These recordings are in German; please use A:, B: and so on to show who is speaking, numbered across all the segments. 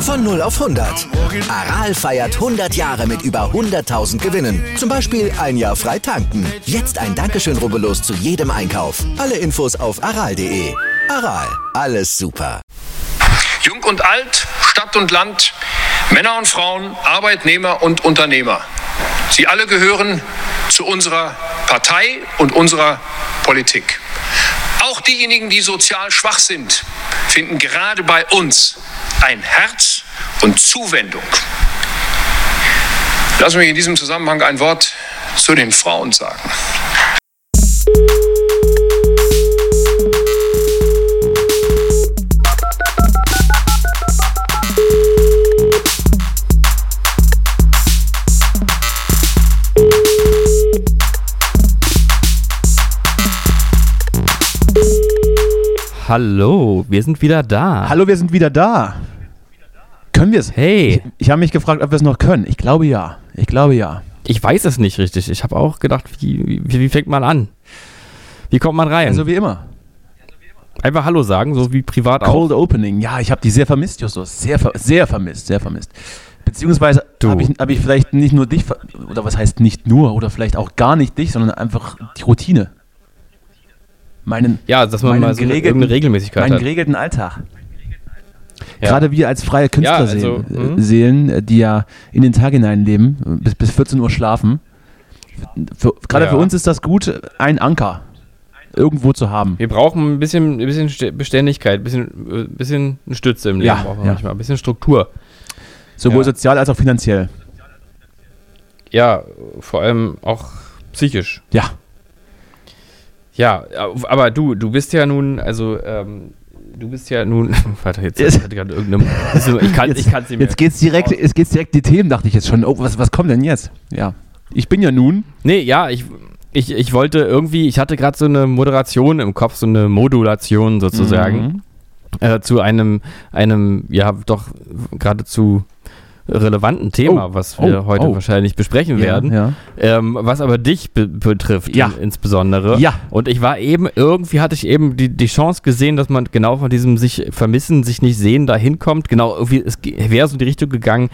A: Von 0 auf 100. Aral feiert 100 Jahre mit über 100.000 Gewinnen. Zum Beispiel ein Jahr frei tanken. Jetzt ein Dankeschön, rubbellos zu jedem Einkauf. Alle Infos auf aral.de. Aral, alles super.
B: Jung und alt, Stadt und Land, Männer und Frauen, Arbeitnehmer und Unternehmer. Sie alle gehören zu unserer Partei und unserer Politik. Auch diejenigen, die sozial schwach sind, finden gerade bei uns ein Herz und Zuwendung. Lassen Sie mich in diesem Zusammenhang ein Wort zu den Frauen sagen.
C: Hallo, wir sind wieder da.
D: Hallo, wir sind wieder da. Können wir es?
C: Hey,
D: Ich habe mich gefragt, ob wir es noch können. Ich glaube ja. Ich glaube ja.
C: ich weiß es nicht richtig. Ich habe auch gedacht, wie, wie, wie fängt man an? Wie kommt man rein?
D: Also wie immer.
C: Einfach Hallo sagen, so wie privat auch.
D: Cold Opening. Ja, ich habe die sehr vermisst, Justus. Sehr, ver sehr vermisst, sehr vermisst. Beziehungsweise
C: Du.
D: habe ich, hab ich vielleicht nicht nur dich, ver oder was heißt nicht nur, oder vielleicht auch gar nicht dich, sondern einfach die Routine. Meinen,
C: Ja, dass man
D: meinen
C: mal so eine,
D: geregelten-
C: irgendeine Regelmäßigkeit
D: meinen
C: hat.
D: geregelten Alltag.
C: Ja.
D: Gerade wir als freie Künstlerseelen,
C: Ja, also, mhm.
D: äh, Seelen, äh, die ja in den Tag hineinleben, äh, bis, bis 14 Uhr schlafen. Für, gerade
C: Ja.
D: für uns ist das gut, äh, einen Anker irgendwo zu haben.
C: Wir brauchen ein bisschen, ein bisschen Ste- Beständigkeit, ein bisschen, äh, ein bisschen eine Stütze im Leben
D: Ja,
C: brauchen wir
D: ja.
C: manchmal, ein bisschen Struktur.
D: Sowohl
C: Ja.
D: sozial als auch finanziell.
C: Ja, vor allem auch psychisch.
D: Ja.
C: Ja, aber du, du bist ja nun, also, ähm, du bist ja nun, warte, jetzt
D: Jetzt-
C: ich hatte gerade irgendeine, Also, ich kann, ich kann's nicht mehr.
D: jetzt geht's direkt, jetzt geht's direkt die Themen, dachte ich jetzt schon. Oh, was, was kommt denn jetzt? Ja. Ich bin ja nun.
C: Nee, ja, ich, ich, ich wollte irgendwie, ich hatte gerade so eine Moderation im Kopf, so eine Modulation sozusagen
D: Mhm.
C: äh, zu einem, einem, ja, doch geradezu relevanten Thema,
D: Oh,
C: was wir
D: oh,
C: heute
D: oh.
C: wahrscheinlich besprechen werden,
D: Ja.
C: Ähm, was aber dich be betrifft
D: Ja.
C: in, insbesondere.
D: Ja.
C: Und ich war eben, irgendwie hatte ich eben die, die Chance gesehen, dass man genau von diesem sich vermissen, sich nicht sehen, da hinkommt. Genau, irgendwie, es wäre so in die Richtung gegangen,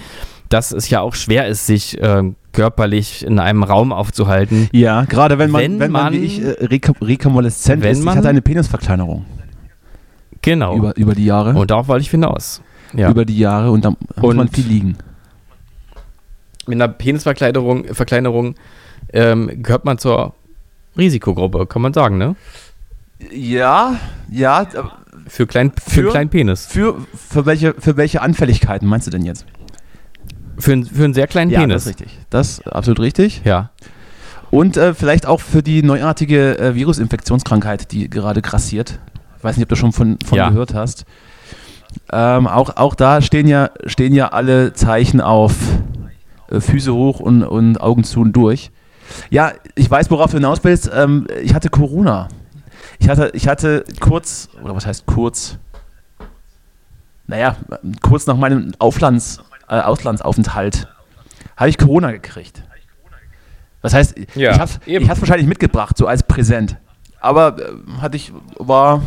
C: dass es ja auch schwer ist, sich ähm, körperlich in einem Raum aufzuhalten.
D: Ja, gerade wenn man,
C: Wenn
D: wenn,
C: man-
D: man, wie ich, äh, reka- rekonvaleszent
C: Wenn
D: ist. Ich
C: man-
D: hatte eine Penisverkleinerung
C: Genau.
D: über, über die Jahre.
C: Und darauf wollte ich hinaus. Ja.
D: Über die Jahre und da muss
C: Und-
D: man viel liegen.
C: Mit einer Penisverkleinerung Verkleinerung, ähm, gehört man zur Risikogruppe, kann man sagen, ne?
D: Ja, ja,
C: Für, klein, für einen
D: Für-
C: kleinen Penis.
D: Für, für, welche, für welche Anfälligkeiten meinst du denn jetzt?
C: Für, einen- für einen sehr kleinen
D: das
C: Penis.
D: ist richtig. Das ist absolut richtig.
C: Ja.
D: Und äh, vielleicht auch für die neuartige äh, Virusinfektionskrankheit, die gerade grassiert. Ich weiß nicht, ob du schon von, von
C: Ja.
D: gehört hast. Ähm, auch, auch da stehen ja, stehen ja alle Zeichen auf äh, Füße hoch und, und Augen zu und durch. Ja, ich weiß, worauf du hinaus willst. Ähm, ich hatte Corona. Ich hatte, ich hatte kurz, oder was heißt kurz? Naja, kurz nach meinem Auflands, äh, Auslandsaufenthalt habe ich Corona gekriegt. Das heißt,
C: Ja,
D: ich habe es
C: eben.
D: wahrscheinlich mitgebracht, so als Präsent. Aber äh, hatte ich, war,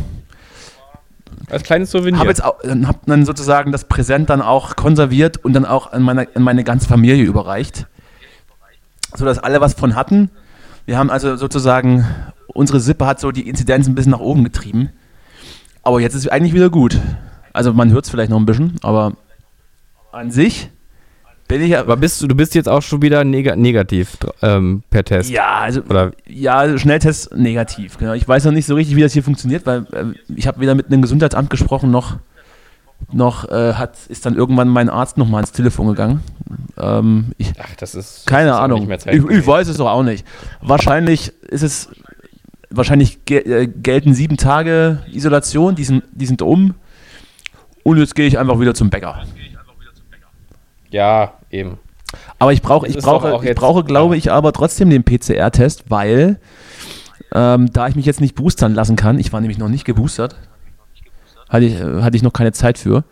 C: Als kleines Souvenir.
D: habe jetzt auch, dann hab dann sozusagen das Präsent dann auch konserviert und dann auch an meine, an meine ganze Familie überreicht, so dass alle was von hatten. Wir haben also sozusagen unsere Sippe hat so die Inzidenz ein bisschen nach oben getrieben. Aber jetzt ist eigentlich wieder gut. Also man hört es vielleicht noch ein bisschen, aber an sich bin ich ja.
C: Aber bist du, du bist jetzt auch schon wieder neg negativ dr- ähm, per Test.
D: Ja, also
C: Oder
D: Ja, also Schnelltest negativ, genau. Ich weiß noch nicht so richtig, wie das hier funktioniert, weil äh, ich habe weder mit einem Gesundheitsamt gesprochen, noch, noch äh, hat, ist dann irgendwann mein Arzt nochmal ans Telefon gegangen. Ähm, ich,
C: ach, das ist
D: keine Ahnung. Ich, ich weiß es doch auch nicht. Wahrscheinlich ist es, wahrscheinlich ge äh, gelten sieben Tage Isolation, die sind, die sind um. Und jetzt gehe ich einfach wieder zum Bäcker.
C: ja, Eben.
D: Aber ich, brauch,
C: Das
D: ich
C: ist doch
D: brauche,
C: auch
D: ich
C: jetzt-
D: brauche, glaube ich, aber trotzdem den PCR-Test, weil ähm, da ich mich jetzt nicht boostern lassen kann, ich war nämlich noch nicht geboostert, hatte ich, äh, hatte ich noch keine Zeit für,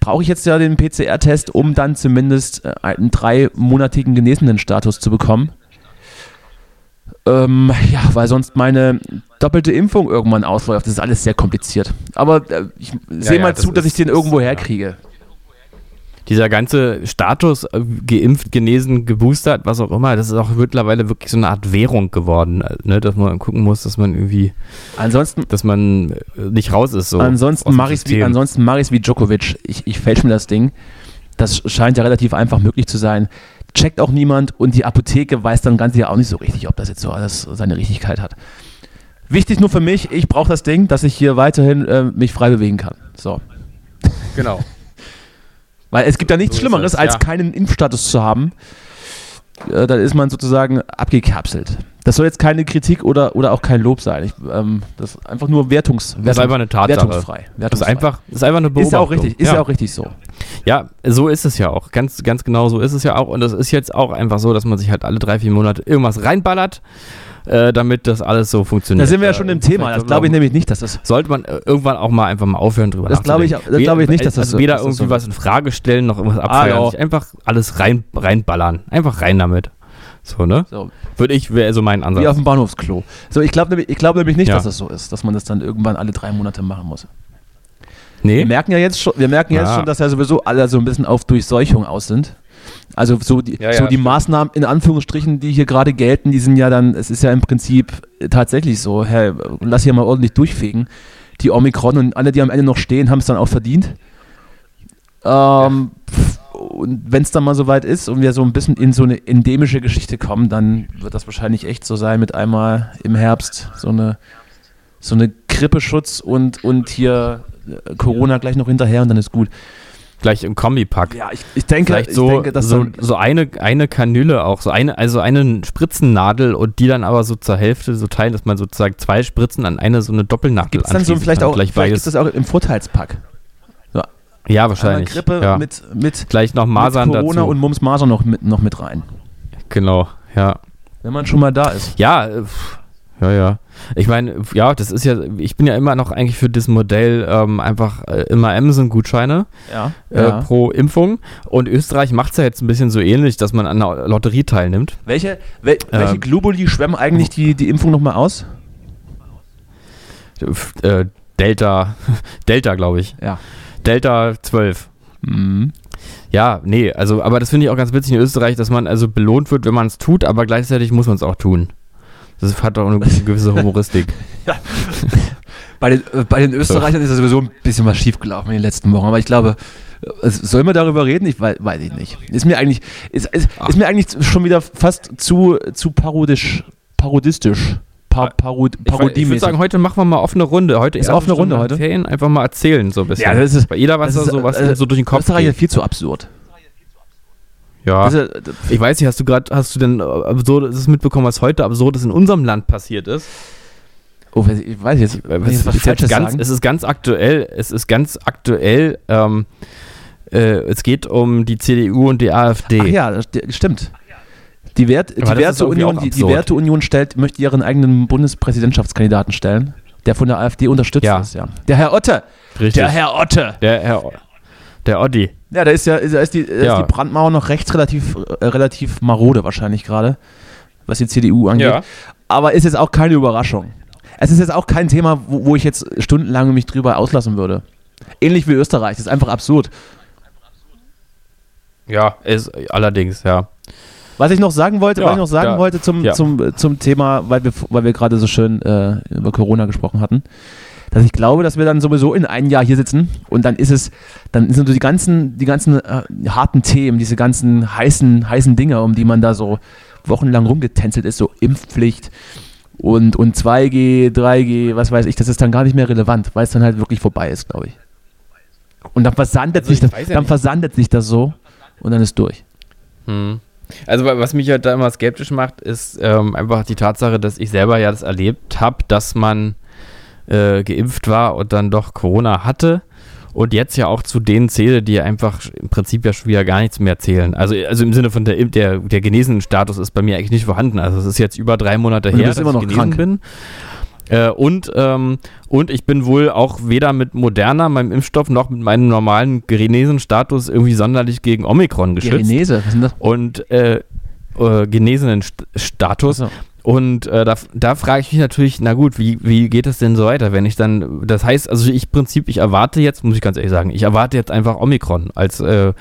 D: brauche ich jetzt ja den PCR-Test, um dann zumindest äh, einen dreimonatigen genesenen Status zu bekommen. Ähm, ja, weil sonst meine doppelte Impfung irgendwann ausläuft. Das ist alles sehr kompliziert. Aber äh, ich sehe
C: ja,
D: mal
C: das
D: zu, dass
C: ist-
D: ich den
C: das-
D: irgendwo
C: ja.
D: herkriege.
C: dieser ganze Status, äh, geimpft, genesen, geboostert, was auch immer, das ist auch mittlerweile wirklich so eine Art Währung geworden, äh, ne? dass man gucken muss, dass man irgendwie,
D: Ansonsten
C: dass man äh, nicht raus ist. So aus
D: Ansonsten
C: dem
D: mache ich es wie,
C: System.
D: ansonsten mach ich's wie Djokovic. Ich, ich fälsch mir das Ding. Das scheint ja relativ einfach möglich zu sein. Checkt auch niemand und die Apotheke weiß dann ganz ja auch nicht so richtig, ob das jetzt so alles seine Richtigkeit hat. Wichtig nur für mich, ich brauche das Ding, dass ich hier weiterhin äh, mich frei bewegen kann. So.
C: Genau.
D: Weil es gibt ja nichts
C: So ist
D: Schlimmeres,
C: es,
D: als
C: ja.
D: keinen Impfstatus zu haben. Äh, dann ist man sozusagen abgekapselt. Das soll jetzt keine Kritik oder, oder auch kein Lob sein. Ich, ähm, das ist einfach nur wertungs,
C: Das ist einfach eine Tatsache.
D: wertungsfrei.
C: Das ist
D: wertungsfrei.
C: einfach, das ist einfach eine
D: Ist ja
C: Beobachtung.
D: auch richtig, ist ja.
C: ja
D: auch richtig so.
C: Ja, so ist es ja auch. Ganz, ganz genau so ist es ja auch. Und das ist jetzt auch einfach so, dass man sich halt alle drei, vier Monate irgendwas reinballert, äh, damit das alles so funktioniert.
D: Da sind wir ja schon im Thema.
C: vielleicht
D: Das glaube ich
C: glauben-
D: nämlich nicht, dass das.
C: Sollte man äh, irgendwann auch mal einfach mal aufhören drüber
D: Das glaube ich-
C: nachzudenken.
D: das glaube ich
C: Weder-
D: nicht, dass das
C: also
D: so-
C: weder
D: dass das
C: irgendwie
D: so- Ah,
C: was in Frage stellen noch irgendwas abfeiern.
D: ja.
C: Sich einfach alles rein, reinballern. Einfach rein damit. So, ne?
D: So,
C: Würde ich, wäre so mein
D: wie auf
C: Ansatz.
D: dem Bahnhofsklo. So, ich glaube nämlich, ich glaube nämlich nicht,
C: Ja.
D: dass das so ist, dass man das dann irgendwann alle drei Monate machen muss. Wir
C: Nee?
D: merken ja jetzt schon, wir merken jetzt
C: Ja.
D: schon, dass ja sowieso alle so ein bisschen auf Durchseuchung aus sind. Also so die,
C: Ja, ja,
D: so die
C: stimmt.
D: Maßnahmen in Anführungsstrichen, die hier gerade gelten, die sind ja dann, es ist ja im Prinzip äh, tatsächlich so, hey, lass hier mal ordentlich durchfegen. Die Omikron und alle, die am Ende noch stehen, haben es dann auch verdient. Ähm, pf, und wenn es dann mal soweit ist und wir so ein bisschen in so eine endemische Geschichte kommen, dann wird das wahrscheinlich echt so sein, mit einmal im Herbst so eine, so eine Grippeschutz und, und hier äh, Corona gleich noch hinterher und dann ist gut.
C: Gleich im Kombipack.
D: Ja, ich, ich denke,
C: Vielleicht
D: ich
C: so,
D: denke, dass
C: so,
D: dann,
C: so eine, eine Kanüle auch, so eine, also eine Spritzennadel und die dann aber so zur Hälfte so teilen, dass man sozusagen zwei Spritzen an eine so eine Doppelnadel
D: gibt's dann so
C: anschließen
D: vielleicht
C: kann.
D: auch,
C: gleich
D: vielleicht ist
C: beides.
D: das auch im Vorteilspack.
C: ja,
D: Einmal
C: wahrscheinlich.
D: Grippe
C: ja.
D: mit, mit,
C: gleich noch
D: mit
C: Masern
D: Corona
C: dazu.
D: und Mumps Masern noch mit, noch mit rein.
C: genau, ja.
D: Wenn man schon mal da ist.
C: Ja, äh, pf, ja, ja. Ich meine, pf, ja, das ist ja, ich bin ja immer noch eigentlich für das Modell ähm, einfach äh, immer Amazon-Gutscheine
D: Ja.
C: äh, pro Impfung. Und Österreich macht es ja jetzt ein bisschen so ähnlich, dass man an einer Lotterie teilnimmt.
D: Welche, wel, welche
C: Ähm.
D: Globuli schwemmen eigentlich die, die Impfung nochmal aus?
C: Pf, Äh, Delta, Delta, glaube ich.
D: Ja.
C: Delta 12.
D: Mhm.
C: Ja, nee, also, aber das finde ich auch ganz witzig in Österreich, dass man also belohnt wird, wenn man es tut, aber gleichzeitig muss man es auch tun. Das hat auch eine gewisse Humoristik.
D: Bei den, äh, bei den Österreichern ist das sowieso ein bisschen was schiefgelaufen in den letzten Wochen, aber ich glaube, äh, soll man darüber reden? Ich weiß, weiß ich nicht. Ist mir eigentlich, ist, ist,
C: Ah.
D: ist mir eigentlich schon wieder fast zu, zu parodisch, parodistisch. Pa, parod,
C: Ich, wei- ich würde
D: parodiemäßig.
C: sagen, heute machen wir mal offene Runde. Heute
D: Ist
C: erste
D: offene Runde
C: Stunde
D: heute?
C: Ferien einfach mal erzählen so ein bisschen.
D: Ja, das ist-
C: bei jeder was
D: das
C: da
D: ist,
C: so was
D: äh,
C: ihm so durch den Kopf.
D: Österreich ist
C: Geht. Ah.
D: viel zu absurd.
C: Ja.
D: Das ist, äh,
C: Ich weiß nicht, hast du gerade hast du denn äh, absurdes das mitbekommen, was heute absurdes in unserem Land passiert ist?
D: oh, weiß ich- ich weiß jetzt,
C: Äh,
D: wenn ich jetzt was
C: ist jetzt
D: Falsches
C: ganz,
D: sagen.
C: Es ist ganz aktuell. Es ist ganz aktuell. Ähm, äh, es geht um die CDU und die AfD.
D: Ach ja, das st- stimmt. Die, Wert, die,
C: das ist
D: Werteunion,
C: irgendwie auch
D: die, die
C: absurd.
D: Werteunion stellt, möchte ihren eigenen Bundespräsidentschaftskandidaten stellen, der von der AfD unterstützt
C: Ja.
D: ist. Ja. Der Herr Otte.
C: Richtig.
D: Der Herr Otte.
C: Der Herr, der Oddi.
D: Ja, da ist ja da ist die, da
C: Ja.
D: Ist die Brandmauer noch rechts relativ, äh, relativ marode wahrscheinlich gerade, was die CDU angeht.
C: Ja.
D: Aber ist jetzt auch keine Überraschung. Es ist jetzt auch kein Thema, wo, wo ich jetzt stundenlang mich drüber auslassen würde. Ähnlich wie Österreich, das ist einfach absurd.
C: Ja, ist äh, allerdings, ja.
D: Was ich noch sagen wollte,
C: Ja,
D: was ich noch sagen
C: ja,
D: wollte zum,
C: ja.
D: zum, zum Thema, weil wir, weil wir gerade so schön äh, über Corona gesprochen hatten, dass ich glaube, dass wir dann sowieso in einem Jahr hier sitzen und dann ist es, dann sind so die ganzen, die ganzen äh, harten Themen, diese ganzen heißen, heißen Dinge, um die man da so wochenlang rumgetänzelt ist, so Impfpflicht und, und 2G, 3G, was weiß ich, das ist dann gar nicht mehr relevant, weil es dann halt wirklich vorbei ist, glaube ich. Und dann versandet
C: Also
D: sich
C: ich
D: das,
C: weiß ja
D: dann
C: nicht.
D: versandet sich das so und dann ist durch.
C: Also wa- was mich halt da immer skeptisch macht, ist ähm, einfach die Tatsache, dass ich selber ja das erlebt habe, dass man äh, geimpft war und dann doch Corona hatte und jetzt ja auch zu denen zähle, die einfach im Prinzip ja schon wieder gar nichts mehr zählen. Also, also im Sinne von der, der, der genesenen Status ist bei mir eigentlich nicht vorhanden. Also es ist jetzt über drei Monate
D: Und du
C: her,
D: bist immer noch
C: ich genesen
D: krank.
C: bin. Äh, und, ähm, und ich bin wohl auch weder mit Moderna, meinem Impfstoff, noch mit meinem normalen genesenen Status irgendwie sonderlich gegen Omikron geschützt
D: Genese, was ist denn das?
C: und äh, äh, genesenen St Status.
D: Ach so.
C: Und äh, da, da frage ich mich natürlich, na gut, wie, wie geht das denn so weiter, wenn ich dann, das heißt, also ich Prinzip, ich erwarte jetzt, muss ich ganz ehrlich sagen, ich erwarte jetzt einfach Omikron als, äh,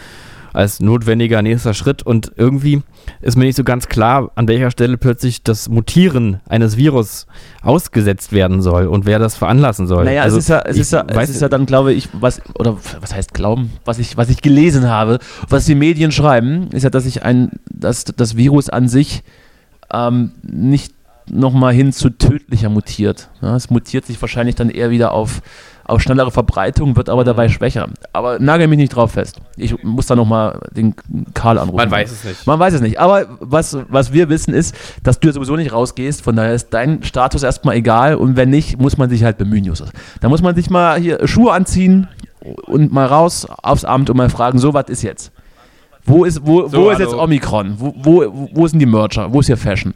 C: als notwendiger nächster Schritt und irgendwie ist mir nicht so ganz klar, an welcher Stelle plötzlich das Mutieren eines Virus ausgesetzt werden soll und wer das veranlassen soll.
D: Naja,
C: Also
D: es ist ja, es
C: ich
D: ist ja, es
C: weiß-
D: ist ja dann, glaube ich, was, oder was heißt glauben, was ich, was ich gelesen habe, was die Medien schreiben, ist ja, dass ich ein, dass das Virus an sich ähm, nicht nochmal hin zu tödlicher mutiert. Ja, es mutiert sich wahrscheinlich dann eher wieder auf, auf schnellere Verbreitung, wird aber
C: Mhm.
D: dabei schwächer. Aber nagel mich nicht drauf fest. Ich muss da nochmal den Karl anrufen.
C: Man weiß es nicht.
D: Man weiß es nicht. Aber was, was wir wissen ist, dass du ja sowieso nicht rausgehst. Von daher ist dein Status erstmal egal. Und wenn nicht, muss man sich halt bemühen, Justus. Da muss man sich mal hier Schuhe anziehen und mal raus aufs Amt und mal fragen, so, was ist jetzt? Wo ist, wo, wo ist
C: hallo.
D: jetzt Omikron? Wo, wo, wo sind die Mercher? Wo ist hier Fashion?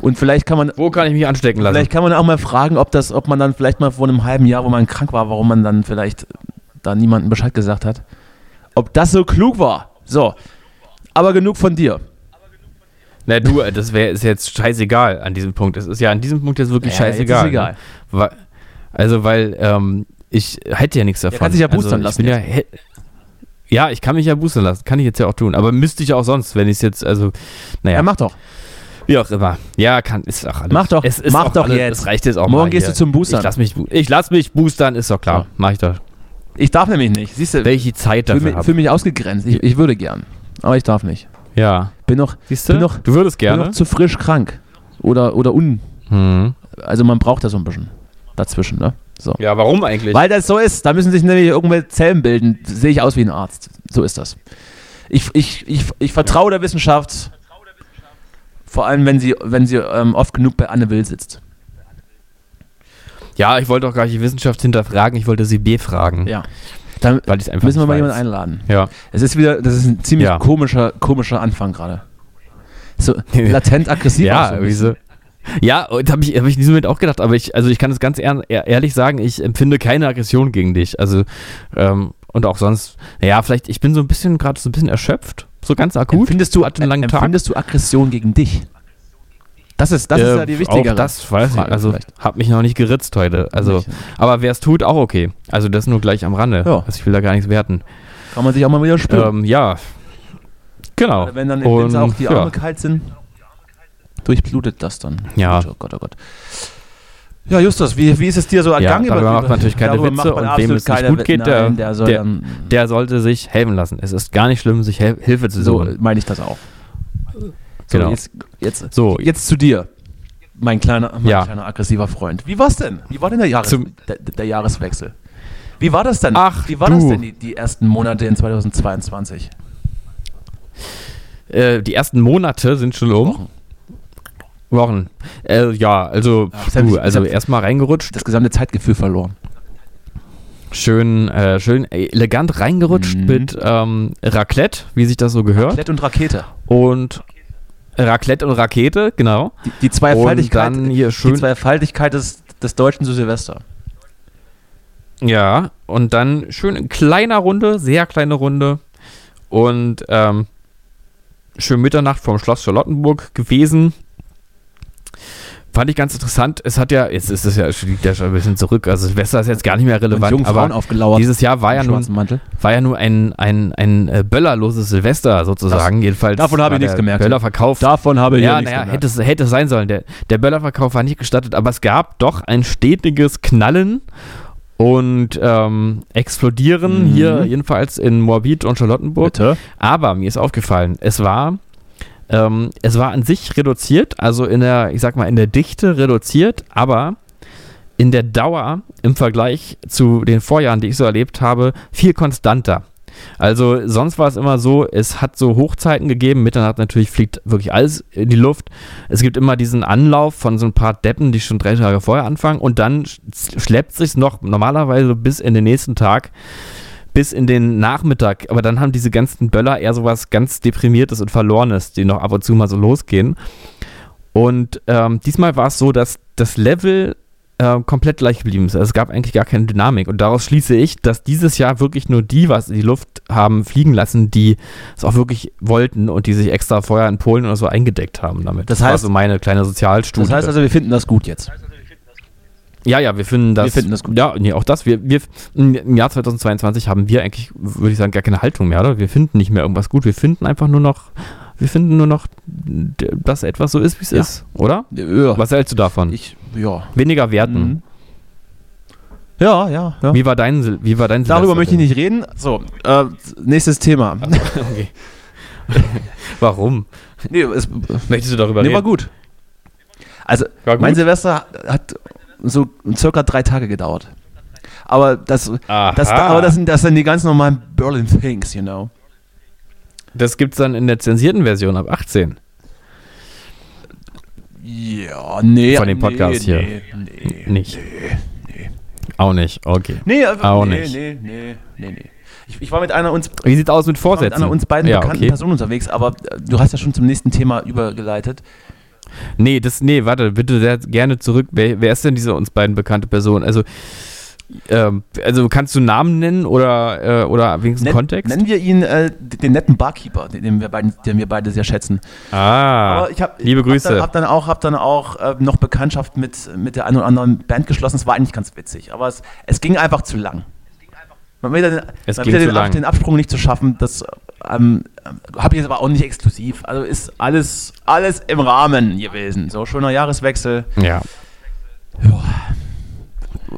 D: Und vielleicht kann man
C: wo kann ich mich anstecken lassen?
D: Vielleicht kann man auch mal fragen, ob, das, ob man dann vielleicht mal vor einem halben Jahr, wo man krank war, warum man dann vielleicht da niemandem Bescheid gesagt hat. Ob das so klug war. So. Aber genug von dir.
C: Na du, das wäre ist jetzt scheißegal an diesem Punkt. Es ist ja an diesem Punkt jetzt wirklich
D: Ja, jetzt
C: scheißegal.
D: ist egal.
C: ne? Weil, also weil ähm, ich hätte ja nichts davon.
D: kannst dich ja boostern
C: also,
D: lassen
C: ich bin ja, hä- ja, ich kann mich ja boostern lassen. Kann ich jetzt ja auch tun. Aber müsste ich auch sonst, wenn ich es jetzt, also, naja,
D: Ja, mach doch.
C: wie auch immer. Ja, kann, ist auch alles.
D: Mach doch,
C: es ist
D: mach
C: auch
D: doch
C: alles,
D: jetzt.
C: Es reicht jetzt auch
D: Morgen
C: mal
D: gehst
C: hier.
D: du zum Boostern.
C: Ich lass mich, bu- ich lass mich boostern, ist doch klar.
D: Ja.
C: Mach ich doch.
D: Ich darf nämlich nicht. Siehst du,
C: Welche Zeit
D: fühle
C: dafür
D: mich,
C: habe.
D: fühl mich ausgegrenzt. Ich, ich würde gern. Aber ich darf nicht.
C: Ja.
D: Bin noch,
C: Siehst
D: bin
C: du?
D: noch,
C: Du würdest
D: bin
C: gerne.
D: noch zu frisch krank. Oder, oder un.
C: Hm.
D: Also man braucht das so ein bisschen dazwischen, ne? So.
C: Ja, warum eigentlich?
D: Weil das so ist. Da müssen sich nämlich irgendwelche Zellen bilden. Sehe ich aus wie ein Arzt. So ist das. Ich, ich, ich, ich vertraue der Wissenschaft. Vor allem, wenn sie, wenn sie ähm, oft genug bei Anne Will sitzt.
C: Ja, ich wollte auch gar nicht die Wissenschaft hinterfragen, ich wollte sie befragen.
D: Ja. Dann
C: Weil ich's einfach
D: müssen wir
C: nicht
D: mal jemanden
C: weiß.
D: einladen.
C: Ja.
D: Es ist wieder, das ist ein ziemlich
C: Ja.
D: komischer, komischer Anfang gerade. So latent aggressiv. auch so
C: Ja,
D: ein bisschen.
C: wieso? Ja, und habe ich, hab ich in diesem Moment auch gedacht, aber ich, also ich kann es ganz ehr ehr- ehrlich sagen, ich empfinde keine Aggression gegen dich. Also, ähm, und auch sonst, naja, vielleicht, ich bin so ein bisschen gerade so ein bisschen erschöpft, so ganz akut.
D: Empfindest du,
C: hatte einen langen Tag.
D: empfindest du Aggression gegen dich? Das ist, das ist ja die wichtigere
C: Äh, Ähm, Auch das weiß ich.
D: Frage
C: Also
D: vielleicht.
C: hab mich noch nicht geritzt heute. Also,
D: Nicht.
C: aber wer es tut, auch okay. Also das nur gleich am Rande.
D: Ja.
C: Also ich will da gar nichts werten.
D: Kann man sich auch mal wieder spüren.
C: Ähm, ja. Genau.
D: Gerade Wenn dann im Winter auch die
C: ja.
D: Arme kalt sind, durchblutet das dann.
C: Ja.
D: Oh Gott, oh Gott. Ja, Justus, wie, wie ist es dir so ergangen?
C: darüber
D: über-
C: macht man natürlich keine
D: darüber
C: Witze
D: macht man
C: und wem
D: absolut
C: es nicht
D: keine
C: gut
D: Wit-
C: geht, der-
D: Nein, der soll
C: der-
D: dann,
C: Der sollte sich helfen lassen. Es ist gar nicht schlimm, sich Hel Hilfe zu
D: so äh,
C: suchen.
D: meine ich das auch. So,
C: Genau.
D: jetzt, jetzt,
C: So.
D: jetzt zu dir, mein kleiner, mein
C: Ja.
D: kleiner aggressiver Freund. Wie war's denn? Wie war denn der, Jahres,
C: Zum-
D: der, der Jahreswechsel? Wie war das denn?
C: Ach,
D: wie war
C: du.
D: das denn die, die ersten Monate in 2022?
C: Äh, die ersten Monate sind schon um. Wochen. Äh, ja, also,
D: Ja, das hab
C: du,
D: ich-
C: also
D: das hab-
C: erstmal reingerutscht,
D: Das gesamte Zeitgefühl verloren.
C: schön, äh, schön elegant reingerutscht
D: Mhm.
C: mit ähm, Raclette, wie sich das so gehört.
D: Klett und Rakete.
C: Und Raclette und Rakete, genau.
D: Die, die Zweifaltigkeit.
C: Und dann hier schön-
D: Die Zweifaltigkeit des, des Deutschen zu Silvester.
C: Ja, und dann schön in kleiner Runde, sehr kleine Runde. Und ähm, schön Mitternacht vom Schloss Charlottenburg gewesen. Fand ich ganz interessant. Es hat ja, jetzt ist es ja, liegt ja schon ein bisschen zurück. Also Silvester ist jetzt gar nicht mehr relevant.
D: jungen Frauen
C: aber
D: aufgelauert.
C: Dieses Jahr war ja
D: Im
C: nun,
D: schwarzen Mantel.
C: war ja nur ein, ein, ein äh, böllerloses Silvester sozusagen. Jedenfalls.
D: davon habe
C: war
D: ich nichts
C: der
D: gemerkt.
C: Böllerverkauf
D: Davon habe ich
C: ja,
D: hier nichts
C: naja,
D: gemerkt.
C: hätte es, hätte es sein sollen. Der, der Böllerverkauf war nicht gestattet, aber es gab doch ein stetiges Knallen und ähm, Explodieren hier, jedenfalls in Moabit und Charlottenburg.
D: Bitte?
C: Aber mir ist aufgefallen, es war. Ähm, es war an sich reduziert, also in der, ich sag mal, in der Dichte reduziert, aber in der Dauer im Vergleich zu den Vorjahren, die ich so erlebt habe, viel konstanter. Also sonst war es immer so, es hat so Hochzeiten gegeben, Mitternacht natürlich fliegt wirklich alles in die Luft. Es gibt immer diesen Anlauf von so ein paar Deppen, die schon drei Tage vorher anfangen und dann sch- schleppt sich noch normalerweise bis in den nächsten Tag bis in den Nachmittag. Aber dann haben diese ganzen Böller eher sowas ganz Deprimiertes und Verlorenes, die noch ab und zu mal so losgehen. Und ähm, diesmal war es so, dass das Level äh, komplett gleich geblieben ist. Also es gab eigentlich gar keine Dynamik. Und daraus schließe ich, dass dieses Jahr wirklich nur die was in die Luft haben fliegen lassen, die es auch wirklich wollten und die sich extra vorher in Polen oder so eingedeckt haben damit.
D: Das
C: war
D: heißt-
C: so meine kleine Sozialstudie.
D: Das heißt also, wir finden das gut jetzt.
C: Ja, ja, wir finden das.
D: Wir finden das gut.
C: Ja, nee, auch das. Wir, wir, Im Jahr 2022 haben wir eigentlich, würde ich sagen, gar keine Haltung mehr, oder? Wir finden nicht mehr irgendwas gut. Wir finden einfach nur noch, wir finden nur noch, dass etwas so ist, wie es
D: Ja.
C: ist, oder?
D: Ja.
C: Was hältst du davon?
D: Ich, ja.
C: Weniger werten.
D: Mhm. Ja, ja, ja.
C: Wie war dein, Sil- wie war dein
D: Mhm. Darüber
C: Silvester
D: möchte ich
C: denn?
D: nicht reden. So, äh, nächstes Thema.
C: Warum?
D: nee, es,
C: Möchtest du darüber
D: nee,
C: reden?
D: war gut. Also,
C: War gut?
D: mein Silvester hat so circa drei Tage gedauert. Aber das,
C: Aha.
D: das, aber das, sind, das sind die ganz normalen Berlin Things, you know.
C: Das gibt's dann in der zensierten Version ab 18.
D: Ja, nee.
C: Von dem Podcast
D: nee,
C: hier.
D: Nee, nee.
C: Nicht. Auch nicht, okay.
D: Nee,
C: Auch
D: nee,
C: nicht.
D: nee, nee, nee, nee. Ich, ich war mit einer uns,
C: Wie sieht's aus mit
D: war mit
C: Vorsätzen?
D: einer uns beiden
C: ja,
D: bekannten
C: okay.
D: Person unterwegs, aber äh, du hast ja schon zum nächsten Thema übergeleitet.
C: Nee, das, nee, warte, bitte sehr gerne zurück. Wer, wer ist denn diese uns beiden bekannte Person? Also, ähm, also kannst du Namen nennen oder, äh, oder wenigstens
D: Nen-
C: Kontext?
D: Nennen wir ihn äh, den netten Barkeeper, den, den, wir beiden, den wir beide sehr schätzen.
C: ah,
D: Aber ich hab,
C: liebe Grüße.
D: Hab dann, hab dann auch, hab dann auch äh, noch Bekanntschaft mit, mit der einen oder anderen Band geschlossen. Es war eigentlich ganz witzig, aber es, es ging einfach zu lang. Man will ja den,
C: Es
D: man
C: ging
D: will ja
C: zu
D: den,
C: lang.
D: den Absprung nicht zu schaffen. Das ähm, habe ich jetzt aber auch nicht exklusiv. Also ist alles, alles im Rahmen gewesen. So schöner Jahreswechsel,
C: ja.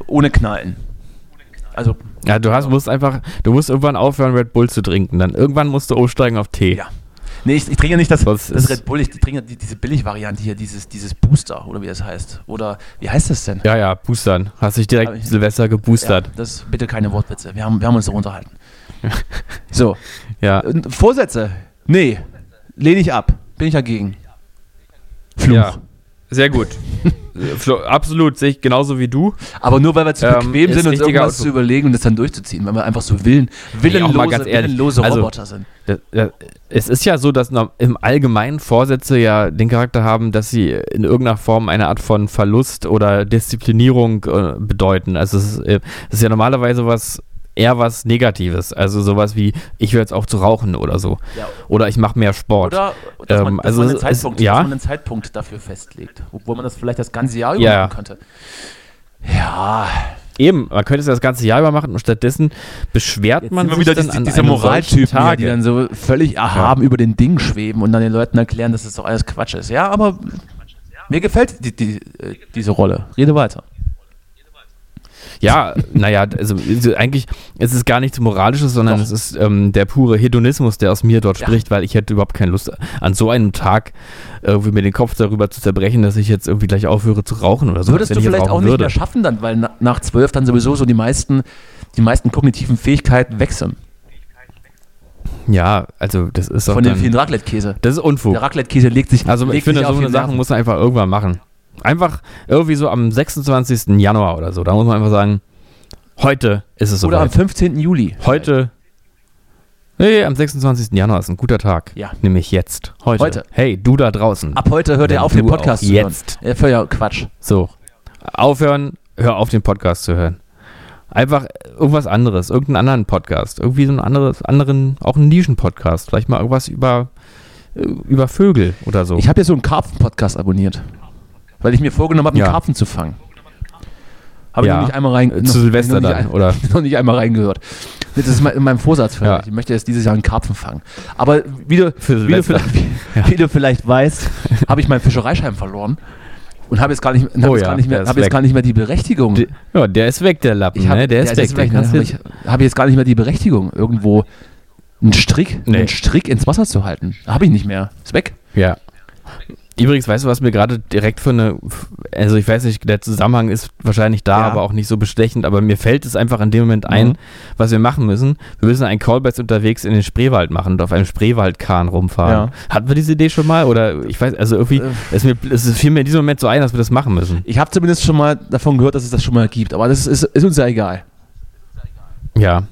D: ohne Knallen. Also,
C: ja, du hast, musst einfach, du musst irgendwann aufhören, Red Bull zu trinken. Dann irgendwann musst du umsteigen auf Tee.
D: ja. Nee, ich, ich trinke nicht das,
C: Was
D: das
C: ist-
D: Red Bull, ich trinke die, diese Billig-Variante hier, dieses, dieses Booster, oder wie das heißt. Oder wie heißt das denn?
C: ja, ja, boostern. Hast dich direkt
D: Aber ich-
C: Silvester geboostert.
D: Ja, das bitte keine Wortwitze. Wir haben, wir haben uns so unterhalten. So,
C: Ja.
D: äh, Vorsätze? Nee, lehne ich ab. Bin ich dagegen. Fluch.
C: Ja. Sehr gut. Flo- Absolut, sehe ich genauso wie du.
D: Aber nur weil wir zu
C: Ähm,
D: bequem
C: ist
D: sind, uns
C: richtiger
D: irgendwas
C: Ausdruck.
D: zu überlegen und das dann durchzuziehen, weil wir einfach so willen, willenlose,
C: auch mal ganz ehrlich,
D: willenlose
C: also-
D: Roboter sind.
C: Das, das, es ist ja so, dass norm- im Allgemeinen Vorsätze ja den Charakter haben, dass sie in irgendeiner Form eine Art von Verlust oder Disziplinierung äh, bedeuten. Also es ist, äh, es ist ja normalerweise was eher was Negatives. Also sowas wie, ich höre jetzt auf zu rauchen oder so.
D: Ja.
C: Oder ich mache mehr Sport.
D: Oder dass, man,
C: Ähm,
D: dass,
C: also
D: man einen
C: es ist-
D: Zeitpunkt,
C: ja.
D: dass man einen Zeitpunkt dafür festlegt, obwohl man das vielleicht das ganze Jahr über
C: Ja, ja.
D: machen könnte. Ja,
C: Eben, man könnte es das ganze Jahr über machen und stattdessen beschwert man
D: immer
C: sich
D: wieder
C: dann
D: diese,
C: an
D: diese
C: einem solchen
D: Moraltypen, ja,
C: Tage.
D: die dann so völlig erhaben über den Ding schweben und dann den Leuten erklären, dass es das doch alles Quatsch ist. Ja, aber mir gefällt die, die, äh, diese Rolle. Rede weiter.
C: Ja, naja, also also eigentlich ist es gar nichts Moralisches, sondern
D: Doch.
C: es ist ähm, der pure Hedonismus, der aus mir dort spricht, weil ich hätte überhaupt keine Lust, an so einem Tag irgendwie mir den Kopf darüber zu zerbrechen, dass ich jetzt irgendwie gleich aufhöre zu rauchen oder so.
D: Würdest
C: wenn
D: du
C: ich jetzt
D: vielleicht auch
C: rauchen
D: nicht
C: würde.
D: mehr schaffen dann, weil na, nach zwölf dann sowieso so die meisten, die meisten kognitiven Fähigkeiten weg sind
C: Ja, also das ist doch
D: von dem
C: dann,
D: vielen Raclette-Käse.
C: das ist Unfug.
D: Der Raclette-Käse legt sich
C: Also ich
D: legt
C: finde,
D: sich
C: so
D: auf
C: eine
D: die
C: Sachen
D: Nerven.
C: muss man einfach irgendwann machen. Einfach irgendwie so am 26. Januar oder so, da muss man einfach sagen, heute ist es
D: Oder am
C: soweit.
D: 15. Juli.
C: Heute. Nee, am 26. Januar ist ein guter Tag.
D: Ja.
C: Nämlich jetzt. Heute.
D: Heute.
C: Hey, du da draußen.
D: Ab heute hört
C: Wenn
D: er auf,
C: du
D: den Podcast
C: auch
D: zu hören.
C: jetzt.
D: Ja, völliger Quatsch.
C: So. Aufhören, hör auf, den Podcast zu hören. Einfach irgendwas anderes, irgendeinen anderen Podcast. Irgendwie so einen anderes, anderen, auch einen Nischen-Podcast. Vielleicht mal irgendwas über, äh, über Vögel oder so.
D: Ich habe ja so einen Karpfen-Podcast abonniert, weil ich mir vorgenommen habe, einen
C: Ja.
D: Karpfen zu fangen. Habe
C: Ja.
D: ich noch nicht einmal rein,
C: Äh,
D: noch,
C: zu Silvester
D: noch nicht
C: dann,
D: ein-
C: oder?
D: Noch nicht einmal reingehört. Das ist mein, mein Vorsatz für
C: Ja.
D: mich. Ich möchte jetzt dieses Jahr einen Karpfen fangen. Aber wie du,
C: Für
D: wie du,
C: Silvester.
D: vielleicht, wie du vielleicht weißt, habe ich meinen Fischereischein verloren und habe jetzt gar nicht, habe
C: Oh
D: jetzt
C: ja,
D: gar nicht
C: der
D: mehr,
C: ist
D: habe jetzt
C: weg.
D: gar nicht mehr die Berechtigung.
C: D- ja, der ist weg, der Lappen.
D: Ich habe
C: ne? Der ist weg. den
D: ne?
C: kannst
D: habe
C: du
D: ich,
C: jetzt-
D: habe jetzt gar nicht mehr die Berechtigung, irgendwo einen Strick,
C: Nee.
D: einen Strick ins Wasser zu halten. Habe ich nicht mehr. Ist weg.
C: Ja. Übrigens, weißt du, was mir gerade direkt für eine, also ich weiß nicht, der Zusammenhang ist wahrscheinlich da,
D: Ja.
C: aber auch nicht so bestechend, aber mir fällt es einfach in dem Moment ein,
D: Mhm.
C: was wir machen müssen. Wir müssen einen Callbacks unterwegs in den Spreewald machen und auf einem Spreewaldkahn rumfahren. Hatten wir diese Idee schon mal? Oder ich weiß, also irgendwie,
D: Äh.
C: es, mir, es fiel mir in diesem Moment so ein, dass wir das machen müssen.
D: Ich habe zumindest schon mal davon gehört, dass es das schon mal gibt, aber das ist, ist uns ja egal.
C: Ja.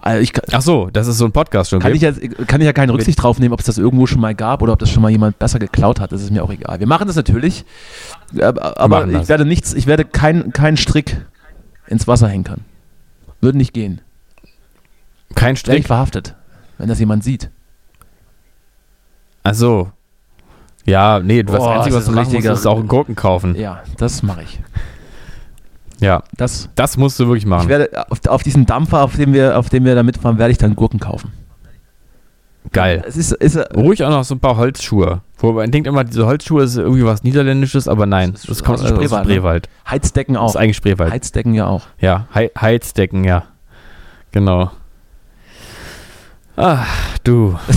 D: Also ich, kann
C: Ach so, das ist so ein Podcast schon.
D: ich,
C: gibt.
D: ja, kann ich ja keine Rücksicht drauf nehmen, ob es das irgendwo schon mal gab oder ob das schon mal jemand besser geklaut hat. Das ist mir auch egal. Wir machen das natürlich, äh, aber, aber
C: machen
D: ich
C: das.
D: werde nichts, ich werde keinen keinen Strick ins Wasser henkern. Würde nicht gehen.
C: Kein
D: Werde ich
C: Strick.
D: verhaftet, wenn das jemand sieht.
C: Ach so. Ja, nee, das
D: Boah,
C: Einzige,
D: das
C: was du
D: ist
C: machen musst,
D: richtiger-
C: ist auch einen Gurken kaufen.
D: Ja, das mache ich.
C: Ja,
D: Das,
C: das musst du wirklich
D: ich
C: machen.
D: werde auf, auf diesen Dampfer, auf dem wir, auf dem wir da mitfahren, werde ich dann Gurken kaufen.
C: Geil.
D: Es ist, ist,
C: Ruhig auch noch so ein paar Holzschuhe. Wo man denkt immer, diese Holzschuhe ist irgendwie was Niederländisches, aber nein,
D: Das
C: das,
D: ist
C: kommt
D: aus
C: aus
D: dem
C: dem Spreewald.
D: Spreewald, ne? Oh. Heizdecken
C: Das
D: auch.
C: ist eigentlich Spreewald.
D: Heizdecken ja auch.
C: Ja, Hei- Heizdecken, ja. Genau. Ach, du.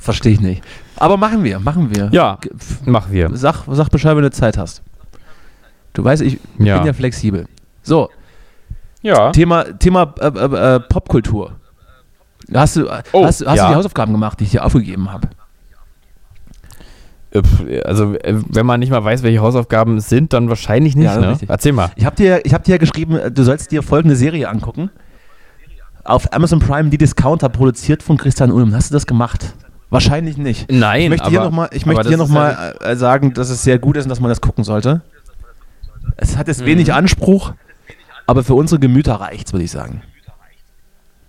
D: Verstehe ich nicht. Aber machen wir, machen wir.
C: Ja,
D: G- f-
C: machen wir.
D: Sag, sag Bescheid, wenn du Zeit hast. Du weißt, ich
C: Ja.
D: bin ja flexibel. So,
C: Ja.
D: Thema, Thema äh, äh, äh, Popkultur. Hast du, äh,
C: Oh,
D: hast, hast
C: ja.
D: du die Hausaufgaben gemacht, die ich dir aufgegeben habe?
C: Also, äh, wenn man nicht mal weiß, welche Hausaufgaben es sind, dann wahrscheinlich nicht,
D: Ja, das ist
C: ne?
D: richtig.
C: Erzähl mal.
D: Ich habe dir, ich hab dir ja geschrieben, äh, du sollst dir folgende Serie angucken. Auf Amazon Prime, die Discounter, produziert von Christian Ulm. Hast du das gemacht? Wahrscheinlich nicht.
C: Nein,
D: ich möchte hier
C: aber-
D: nochmal ich
C: aber
D: möchte
C: das
D: hier
C: ist
D: noch mal, äh, sagen, dass es sehr gut ist und dass man das gucken sollte. Es hat jetzt wenig Anspruch, aber für unsere Gemüter reicht's, würde ich sagen.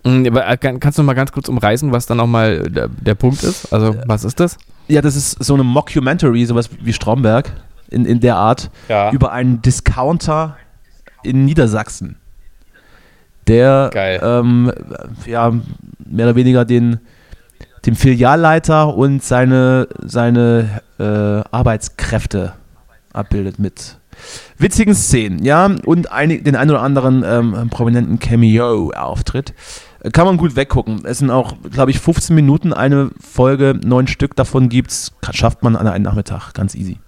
C: Mm, aber, äh, kann- Kannst du noch mal ganz kurz umreißen, was dann nochmal der, der Punkt ist? Also,
D: Äh.
C: was ist das?
D: Ja, das ist so eine Mockumentary, sowas wie Stromberg in, in der Art,
C: Ja.
D: über einen Discounter in Niedersachsen, der
C: Geil.
D: Ähm, ja, mehr oder weniger den, den Filialleiter und seine, seine äh, Arbeitskräfte abbildet mit witzigen Szenen, ja, und einig, den ein oder anderen ähm, prominenten Cameo-Auftritt. Äh, Kann man gut weggucken. Es sind auch, glaube ich, 15 Minuten eine Folge, neun Stück davon gibt's, ka- schafft man an einem Nachmittag, ganz easy.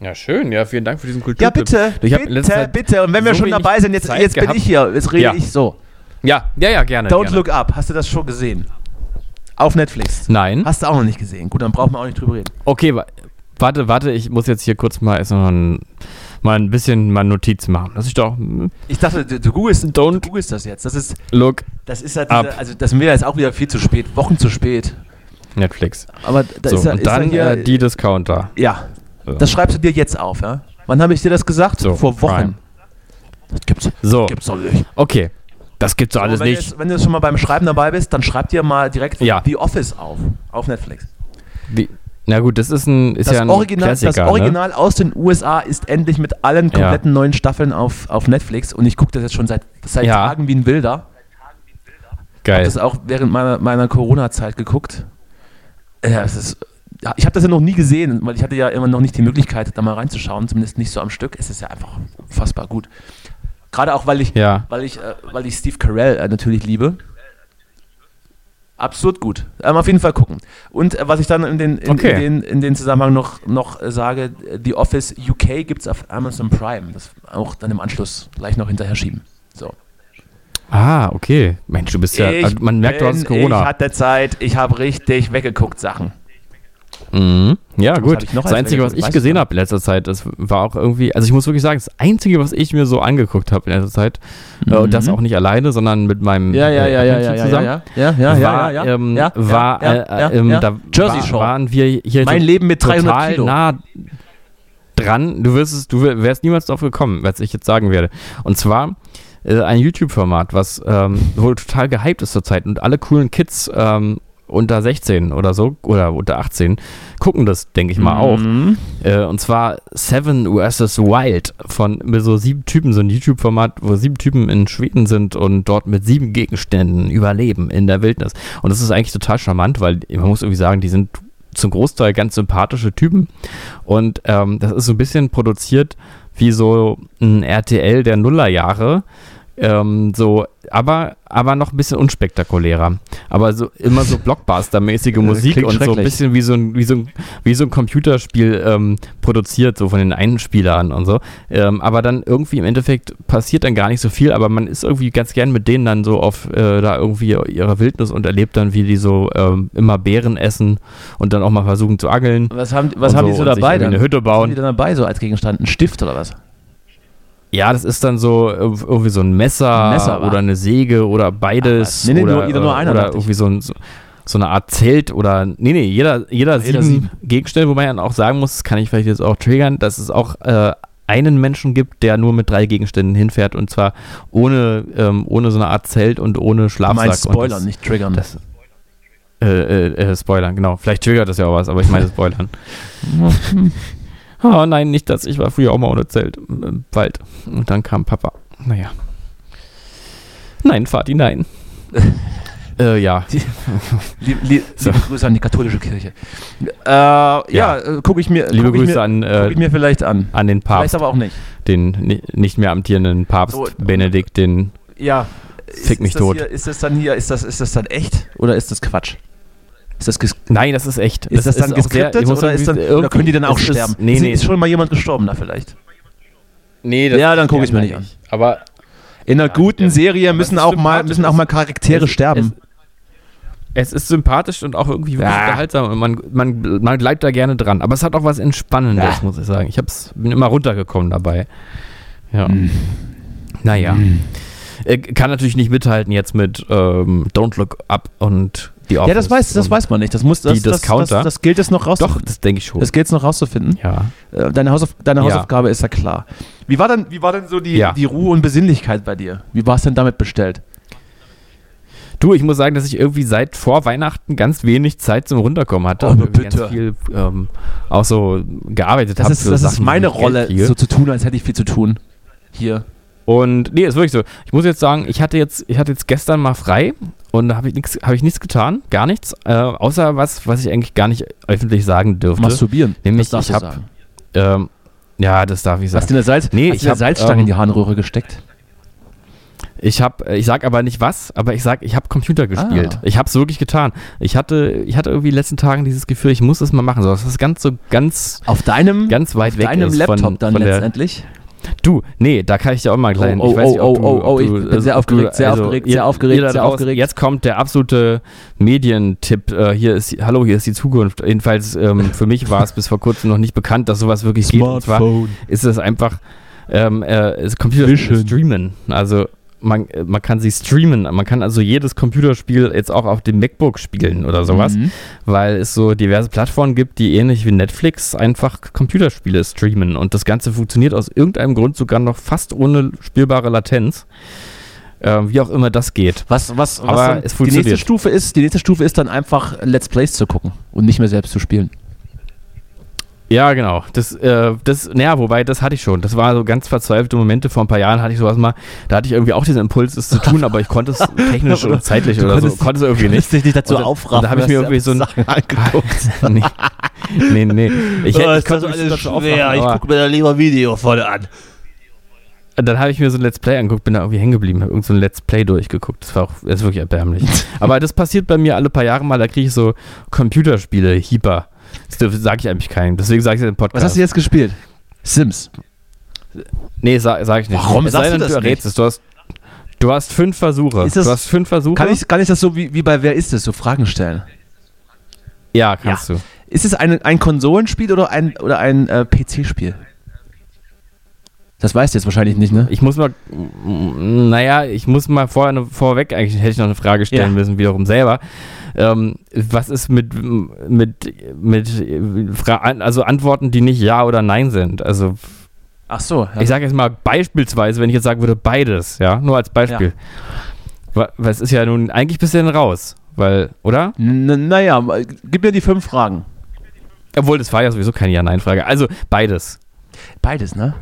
C: Ja, schön. Ja, vielen Dank für diesen Kultur.
D: Ja, bitte,
C: Ich hab in
D: bitte,
C: letzter Zeit
D: bitte. Und wenn wir
C: so
D: schon
C: wenig
D: dabei sind, jetzt,
C: Zeit
D: jetzt bin
C: gehabt.
D: ich hier, jetzt rede
C: Ja.
D: ich so.
C: Ja, ja, ja, gerne.
D: Don't
C: gerne.
D: Look Up, hast du das schon gesehen? Auf Netflix.
C: Nein.
D: Hast du auch noch nicht gesehen. Gut, dann brauchen wir auch nicht drüber reden.
C: Okay, wa- warte, warte, ich muss jetzt hier kurz mal, erst noch ein, mal ein bisschen mal Notiz machen. Das ist doch. mm,
D: Ich dachte, du, du, googelst, du
C: Don't-
D: googelst das jetzt. Das ist,
C: Look,
D: das ist halt,
C: Up.
D: dieser, also das wäre jetzt auch wieder viel zu spät, Wochen zu spät.
C: Netflix.
D: Aber da
C: so,
D: ist ja,
C: und
D: ist ja
C: dann
D: hier,
C: äh, die Discounter.
D: ja,
C: So.
D: das schreibst du dir jetzt auf, ja? Wann habe ich dir das gesagt?
C: So,
D: Vor Wochen.
C: Prime.
D: Das gibt's,
C: So,
D: gibt's doch nicht.
C: okay. Das gibt's doch alles
D: wenn,
C: nicht.
D: Du, jetzt- wenn du jetzt schon mal beim Schreiben dabei bist, dann schreib dir mal direkt
C: Ja.
D: The Office auf, auf Netflix.
C: Wie, na gut, das ist ein, ist
D: Das,
C: ja ein
D: Original, das
C: Klassiker. ne?
D: Original aus den USA ist endlich mit allen kompletten neuen Staffeln auf, auf Netflix und ich gucke das jetzt schon seit, seit
C: Ja.
D: Tagen wie ein Wilder.
C: ne? Geil.
D: Das auch während meiner, meiner Corona-Zeit geguckt. Ja, es ist, ja, ich habe das ja noch nie gesehen, weil ich hatte ja immer noch nicht die Möglichkeit, da mal reinzuschauen, zumindest nicht so am Stück. Es ist ja einfach unfassbar gut. Gerade auch, weil ich,
C: Ja.
D: weil ich, äh, weil ich Steve Carell äh, natürlich liebe. Absurd gut. Ähm, auf jeden Fall gucken. Und äh, was ich dann in den, in,
C: Okay.
D: in den, in den Zusammenhang noch, noch äh, sage, äh, The Office UK gibt es auf Amazon Prime. Das auch dann im Anschluss gleich noch hinterher schieben. So.
C: Ah, okay. Mensch, du bist ja. also man merkt, du
D: bin-
C: hast Corona.
D: Ich hatte Zeit, ich habe richtig weggeguckt Sachen.
C: Mhm. Ja,
D: hab
C: gut.
D: ich noch
C: Das
D: als
C: Einzige, was
D: Regel?
C: ich
D: Weißt
C: gesehen
D: du?
C: habe in letzter Zeit, das war auch irgendwie, also ich muss wirklich sagen, das Einzige, was ich mir so angeguckt habe in letzter Zeit, äh, und
D: Mhm.
C: das auch nicht alleine, sondern mit meinem äh, Mädchen zusammen,
D: ja, ja,
C: war, ähm, war, äh, äh, ähm, da
D: Jersey
C: war,
D: Shore.
C: waren wir hier
D: Mein
C: to-
D: Leben mit 300
C: total
D: Kilo.
C: nah dran. Du wirst es, du wärst niemals drauf gekommen, was ich jetzt sagen werde. Und zwar äh, ein YouTube-Format, was ähm, wohl total gehypt ist zurzeit und alle coolen Kids ähm, unter 16 oder so oder unter 18 gucken das, denke ich
D: Mhm.
C: mal, auch. Äh, und zwar Seven vs. Wild von mit so sieben Typen, so ein YouTube-Format, wo sieben Typen in Schweden sind und dort mit sieben Gegenständen überleben in der Wildnis. Und das ist eigentlich total charmant, weil man muss irgendwie sagen, die sind zum Großteil ganz sympathische Typen. Und ähm, das ist so ein bisschen produziert wie so ein RTL der Nullerjahre. Ähm, so, aber, aber noch ein bisschen unspektakulärer. Aber so immer so Blockbuster-mäßige Musik
D: klingt
C: und so ein
D: schrecklich.
C: bisschen wie so ein, wie so ein, wie so ein Computerspiel ähm, produziert, so von den Einspielern und so. Ähm, aber dann irgendwie im Endeffekt passiert dann gar nicht so viel, aber man ist irgendwie ganz gern mit denen dann so auf äh, da irgendwie ihrer Wildnis und erlebt dann, wie die so ähm, immer Beeren essen und dann auch mal versuchen zu angeln.
D: Was haben, was
C: und
D: haben die so
C: und sich
D: dabei
C: irgendwie
D: dann?
C: Eine Hütte
D: Was haben
C: bauen.
D: die dann dabei so als Gegenstand? Ein Stift oder was?
C: Ja, das ist dann so äh, irgendwie so ein Messer,
D: Messer, wa?
C: oder eine Säge oder beides.
D: Ah, nee, nee,
C: oder,
D: nur- jeder nur einer,
C: Oder
D: dachte ich.
C: irgendwie so, ein, so, so eine Art Zelt oder. Nee, nee, jeder, jeder,
D: Jeder
C: sieben,
D: sieben.
C: Gegenstände, wobei man auch sagen muss, das kann ich vielleicht jetzt auch triggern, dass es auch äh, einen Menschen gibt, der nur mit drei Gegenständen hinfährt und zwar ohne, ähm, ohne so eine Art Zelt und ohne
D: Du
C: Schlafsack.
D: meinst
C: und
D: Spoilern,
C: das,
D: Um nicht triggern.
C: das- Äh, äh, äh, spoilern, genau. Vielleicht triggert das ja auch was, aber ich meine spoilern. oh nein, nicht das. Ich war früher auch mal ohne Zelt im im Wald. Und dann kam Papa. Naja. Nein, Vati, nein. äh, ja.
D: Lieb, lieb,
C: So.
D: Liebe Grüße an die katholische Kirche. Äh, ja,
C: Ja.
D: äh, gucke ich mir,
C: Liebe
D: guck ich
C: Grüße
D: mir,
C: an,
D: guck
C: äh,
D: ich mir vielleicht an.
C: an den
D: Vielleicht
C: Papst,
D: aber auch nicht.
C: den ni- nicht mehr amtierenden Papst
D: So,
C: Benedikt, den.
D: Ja.
C: Fick mich
D: ist das
C: tot.
D: Hier, ist das dann hier, ist das, ist das dann echt oder ist das Quatsch? Ist das, ges
C: Nein, das ist echt.
D: ist das, dann
C: auch sehr-
D: geskriptet
C: ich muss
D: oder, ist dann,
C: sagen,
D: oder können die dann auch
C: es ist-
D: sterben?
C: Nee,
D: ist,
C: nee.
D: ist schon mal jemand gestorben da vielleicht?
C: nee
D: Ja, dann guck ich's mir nicht an.
C: Aber
D: In einer guten Serie müssen
C: ist
D: auch, mal,
C: sympathisch,
D: müssen auch mal Charaktere
C: es-
D: sterben.
C: Es ist sympathisch und auch irgendwie wirklich
D: Ja.
C: unterhaltsam und man, man, man bleibt da gerne dran. Aber es hat auch was Entspannendes,
D: Ja.
C: muss ich sagen. Ich hab's, bin immer runtergekommen dabei. Ja.
D: Hm.
C: Naja. Äh, Kann natürlich nicht mithalten jetzt mit ähm, Don't Look Up und die Office.
D: ja, das weiß, das
C: und
D: weiß man nicht. Das muss das,
C: Die
D: das, das,
C: Discounter?
D: das, gilt es noch
C: Doch,
D: rauszufinden.
C: das denke ich schon.
D: Das gilt es noch rauszufinden.
C: ja.
D: Äh, Deine, Hausauf deine
C: Ja.
D: Hausaufgabe ist ja klar. Wie war denn, wie war denn so die,
C: Ja.
D: die Ruhe und Besinnlichkeit bei dir? Wie war es denn damit bestellt?
C: Du, ich muss sagen, dass ich irgendwie seit vor Weihnachten ganz wenig Zeit zum Runterkommen hatte.
D: Oh,
C: und
D: aber
C: irgendwie
D: bitte.
C: Ganz viel ähm, auch so gearbeitet
D: Das
C: habe.
D: ist, das ist meine Rolle,
C: Hier.
D: so zu tun, als hätte ich viel zu tun. Hier.
C: Und nee, ist wirklich so. Ich muss jetzt sagen, ich hatte jetzt, ich hatte jetzt gestern mal frei und da habe ich nichts, habe ich nichts getan, gar nichts, äh, außer was, was ich eigentlich gar nicht öffentlich sagen dürfte.
D: Masturbieren.
C: Nämlich,
D: darfst
C: ich
D: du
C: hab-
D: sagen.
C: Ähm, ja, das darf ich
D: Hast du
C: sagen.
D: eine Salz
C: Nee,
D: hast
C: ich
D: du eine
C: hab,
D: Salzstange
C: ähm,
D: in die Harnröhre gesteckt?
C: Ich habe, ich sag aber nicht was, aber ich sag, ich habe Computer gespielt.
D: Ah.
C: Ich habe es wirklich getan. Ich hatte, ich hatte irgendwie in den letzten Tagen dieses Gefühl, ich muss es mal machen. So, das ist ganz so ganz,
D: Auf deinem,
C: ganz weit
D: auf
C: weg.
D: deinem
C: ist
D: Laptop
C: von,
D: dann
C: von der,
D: letztendlich?
C: Du, nee, da kann ich ja auch mal gleich.
D: Oh, oh,
C: ich weiß nicht, ob
D: oh,
C: du,
D: oh, oh,
C: ob du, also
D: ich bin sehr
C: ob du-
D: aufgeregt, sehr aufgeregt, sehr
C: ihr-
D: aufgeregt,
C: jeder da
D: sehr
C: draußen,
D: aufgeregt.
C: Jetzt kommt der absolute Medientipp. Äh, hier ist, die- hallo, hier ist die Zukunft. Jedenfalls ähm, für mich war es bis vor kurzem noch nicht bekannt, dass sowas wirklich geht. Und zwar ist es einfach ähm, äh, ist Computerspiele
D: Vision.
C: streamen. Also man, äh, man kann sie streamen. Man kann also jedes Computerspiel jetzt auch auf dem MacBook spielen oder sowas
D: Mhm.
C: weil es so diverse Plattformen gibt, die ähnlich wie Netflix einfach Computerspiele streamen. Und das Ganze funktioniert aus irgendeinem Grund sogar noch fast ohne spielbare Latenz. Ähm, wie auch immer das geht.
D: Was, was,
C: Aber
D: was dann
C: es
D: die nächste
C: funktioniert.
D: Stufe ist, die nächste Stufe ist dann einfach Let's Plays zu gucken und nicht mehr selbst zu spielen.
C: Ja, genau. Das, äh, das, naja, wobei, das hatte ich schon. Das war so ganz verzweifelte Momente. Vor ein paar Jahren hatte ich sowas mal. Da hatte ich irgendwie auch diesen Impuls, es zu tun, aber ich konnte es technisch oder zeitlich oder so. Konnte es irgendwie nicht.
D: dich nicht
C: Und da- und da habe ich mir irgendwie so ein-
D: Sachen angeguckt.
C: nee. nee, nee. Ich,
D: Oh,
C: hätte- ich konnte mich
E: alles
C: dazu aufmachen,
E: schwer. Ich
C: aber-
E: gucke mir da lieber Video von an.
C: Und dann habe ich mir so ein Let's Play angeguckt, bin da irgendwie hängen geblieben, habe irgend so ein Let's Play durchgeguckt. Das war auch, das ist wirklich erbärmlich. Aber das passiert bei mir alle paar Jahre mal, da kriege ich so Computerspiele, Hyper. Das sage ich eigentlich keinem. Deswegen sage ich es im
D: Was
C: Podcast.
D: hast du jetzt gespielt? Sims.
C: Nee, sage sag ich nicht.
D: Warum
C: es sei
D: sagst
C: denn,
D: du das
C: du errätst es. Du hast, du hast fünf Versuche.
D: Ist das-
C: du hast fünf Versuche?
D: Kann ich, kann ich das so wie, wie bei Wer ist es so Fragen stellen?
C: Ja, kannst du.
D: Ist es ein, ein Konsolenspiel oder ein, oder ein äh, PC-Spiel? Das weißt du jetzt wahrscheinlich nicht, ne?
C: Ich muss mal, mm, naja, ich muss mal vorher eine, vorweg, eigentlich hätte ich noch eine Frage stellen
D: Ja.
C: müssen, wiederum selber. Ähm, was ist mit, mit, mit, äh, Fra an- also Antworten, die nicht Ja oder Nein sind? Also,
D: Ach so. Ja.
C: ich sage jetzt mal beispielsweise, wenn ich jetzt sagen würde, beides, ja, nur als Beispiel. Wa- Was ist ja nun, eigentlich bist du denn raus, weil, oder?
D: N naja, mal- gib mir die fünf Fragen.
C: Obwohl, das war ja sowieso keine Ja-Nein-Frage. Also, beides.
D: Beides, ne?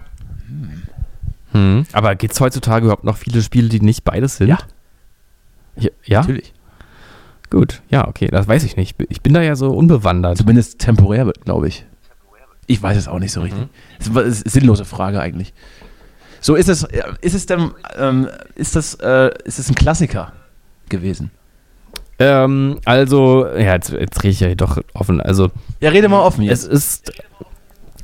C: Hm. Aber gibt es heutzutage überhaupt noch viele Spiele, die nicht beides sind?
D: Mhm. Ja.
C: Ja, ja?
D: Natürlich.
C: Gut, ja, okay, das weiß ich nicht. Ich bin da ja so unbewandert.
D: Zumindest temporär, glaube ich. Ich weiß es auch nicht so richtig. Es war- es ist eine sinnlose Frage eigentlich. So ist es, äh, ist es denn, ähm, ist das, äh, ist es ein Klassiker gewesen?
C: Ähm, also, ja, jetzt, jetzt rede ich ja doch offen. Also,
D: Ja, rede mal offen
C: es ist.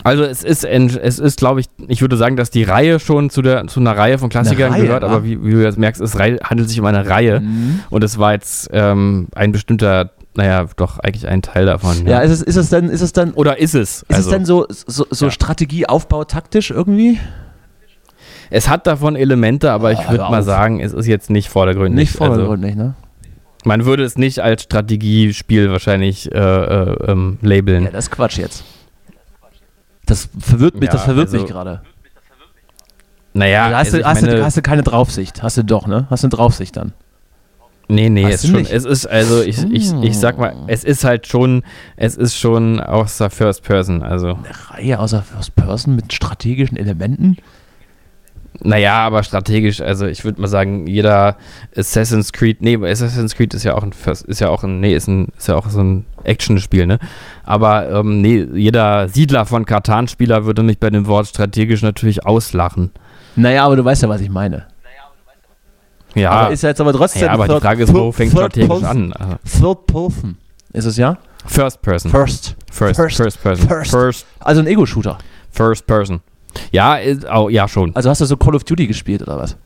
C: Also es ist, en- es ist, glaube ich, ich würde sagen, dass die Reihe schon zu, der, zu einer Reihe von Klassikern
D: Reihe,
C: gehört,
D: wa?
C: aber wie, wie du jetzt merkst, es rei- handelt sich um eine Reihe
D: Mhm.
C: und es war jetzt ähm, ein bestimmter, naja, doch eigentlich ein Teil davon.
D: Ja, ist es, ist es denn, ist es dann,
C: Oder ist es?
D: Ist
C: also,
D: es denn so, so, so
C: ja.
D: Strategieaufbau taktisch irgendwie?
C: Es hat davon Elemente, aber ich würde
D: Ah, hör
C: mal
D: auf.
C: sagen, es ist jetzt nicht vordergründig.
D: Nicht vordergründig, ne?
C: Also, man würde es nicht als Strategiespiel wahrscheinlich äh, äh, ähm, labeln.
D: Ja, das ist Quatsch jetzt. Das verwirrt mich,
C: Ja,
D: das verwirrt
C: also-
D: mich gerade.
C: naja,
D: Also hast,
C: also
D: du,
C: ich
D: hast,
C: meine-
D: du, hast du keine Draufsicht? Hast du doch, ne? Hast du eine Draufsicht dann?
C: Nee, nee,
D: Hast
C: es,
D: du
C: schon,
D: nicht? Oh.
C: es ist, also ich, ich, ich sag mal, es ist halt schon, es ist schon aus der First Person, also,
D: Reihe außer First Person mit strategischen Elementen?
C: naja, aber strategisch, also ich würde mal sagen, jeder Assassin's Creed, nee, aber Assassin's Creed ist ja auch ein First, ist ja auch ein, nee, ist, ein, ist ja auch so ein Action-Spiel, ne, aber, ähm, nee, jeder Siedler von Katan-Spieler würde mich bei dem Wort strategisch natürlich auslachen,
D: Naja, aber du weißt ja, was ich meine.
C: ja,
D: Aber ist ja jetzt aber trotzdem.
C: ja, aber die
D: Third-
C: Frage ist, wo
D: Third-
C: fängt
D: Third
C: strategisch
D: Person-
C: an? Also,
D: Third Person. Ist es ja?
C: First Person,
D: First.
C: First,
D: First.
C: First Person,
D: First.
C: First
D: Also ein Ego-Shooter.
C: First Person. Ja, ist, oh, ja schon.
D: Also hast du so Call of Duty gespielt oder was?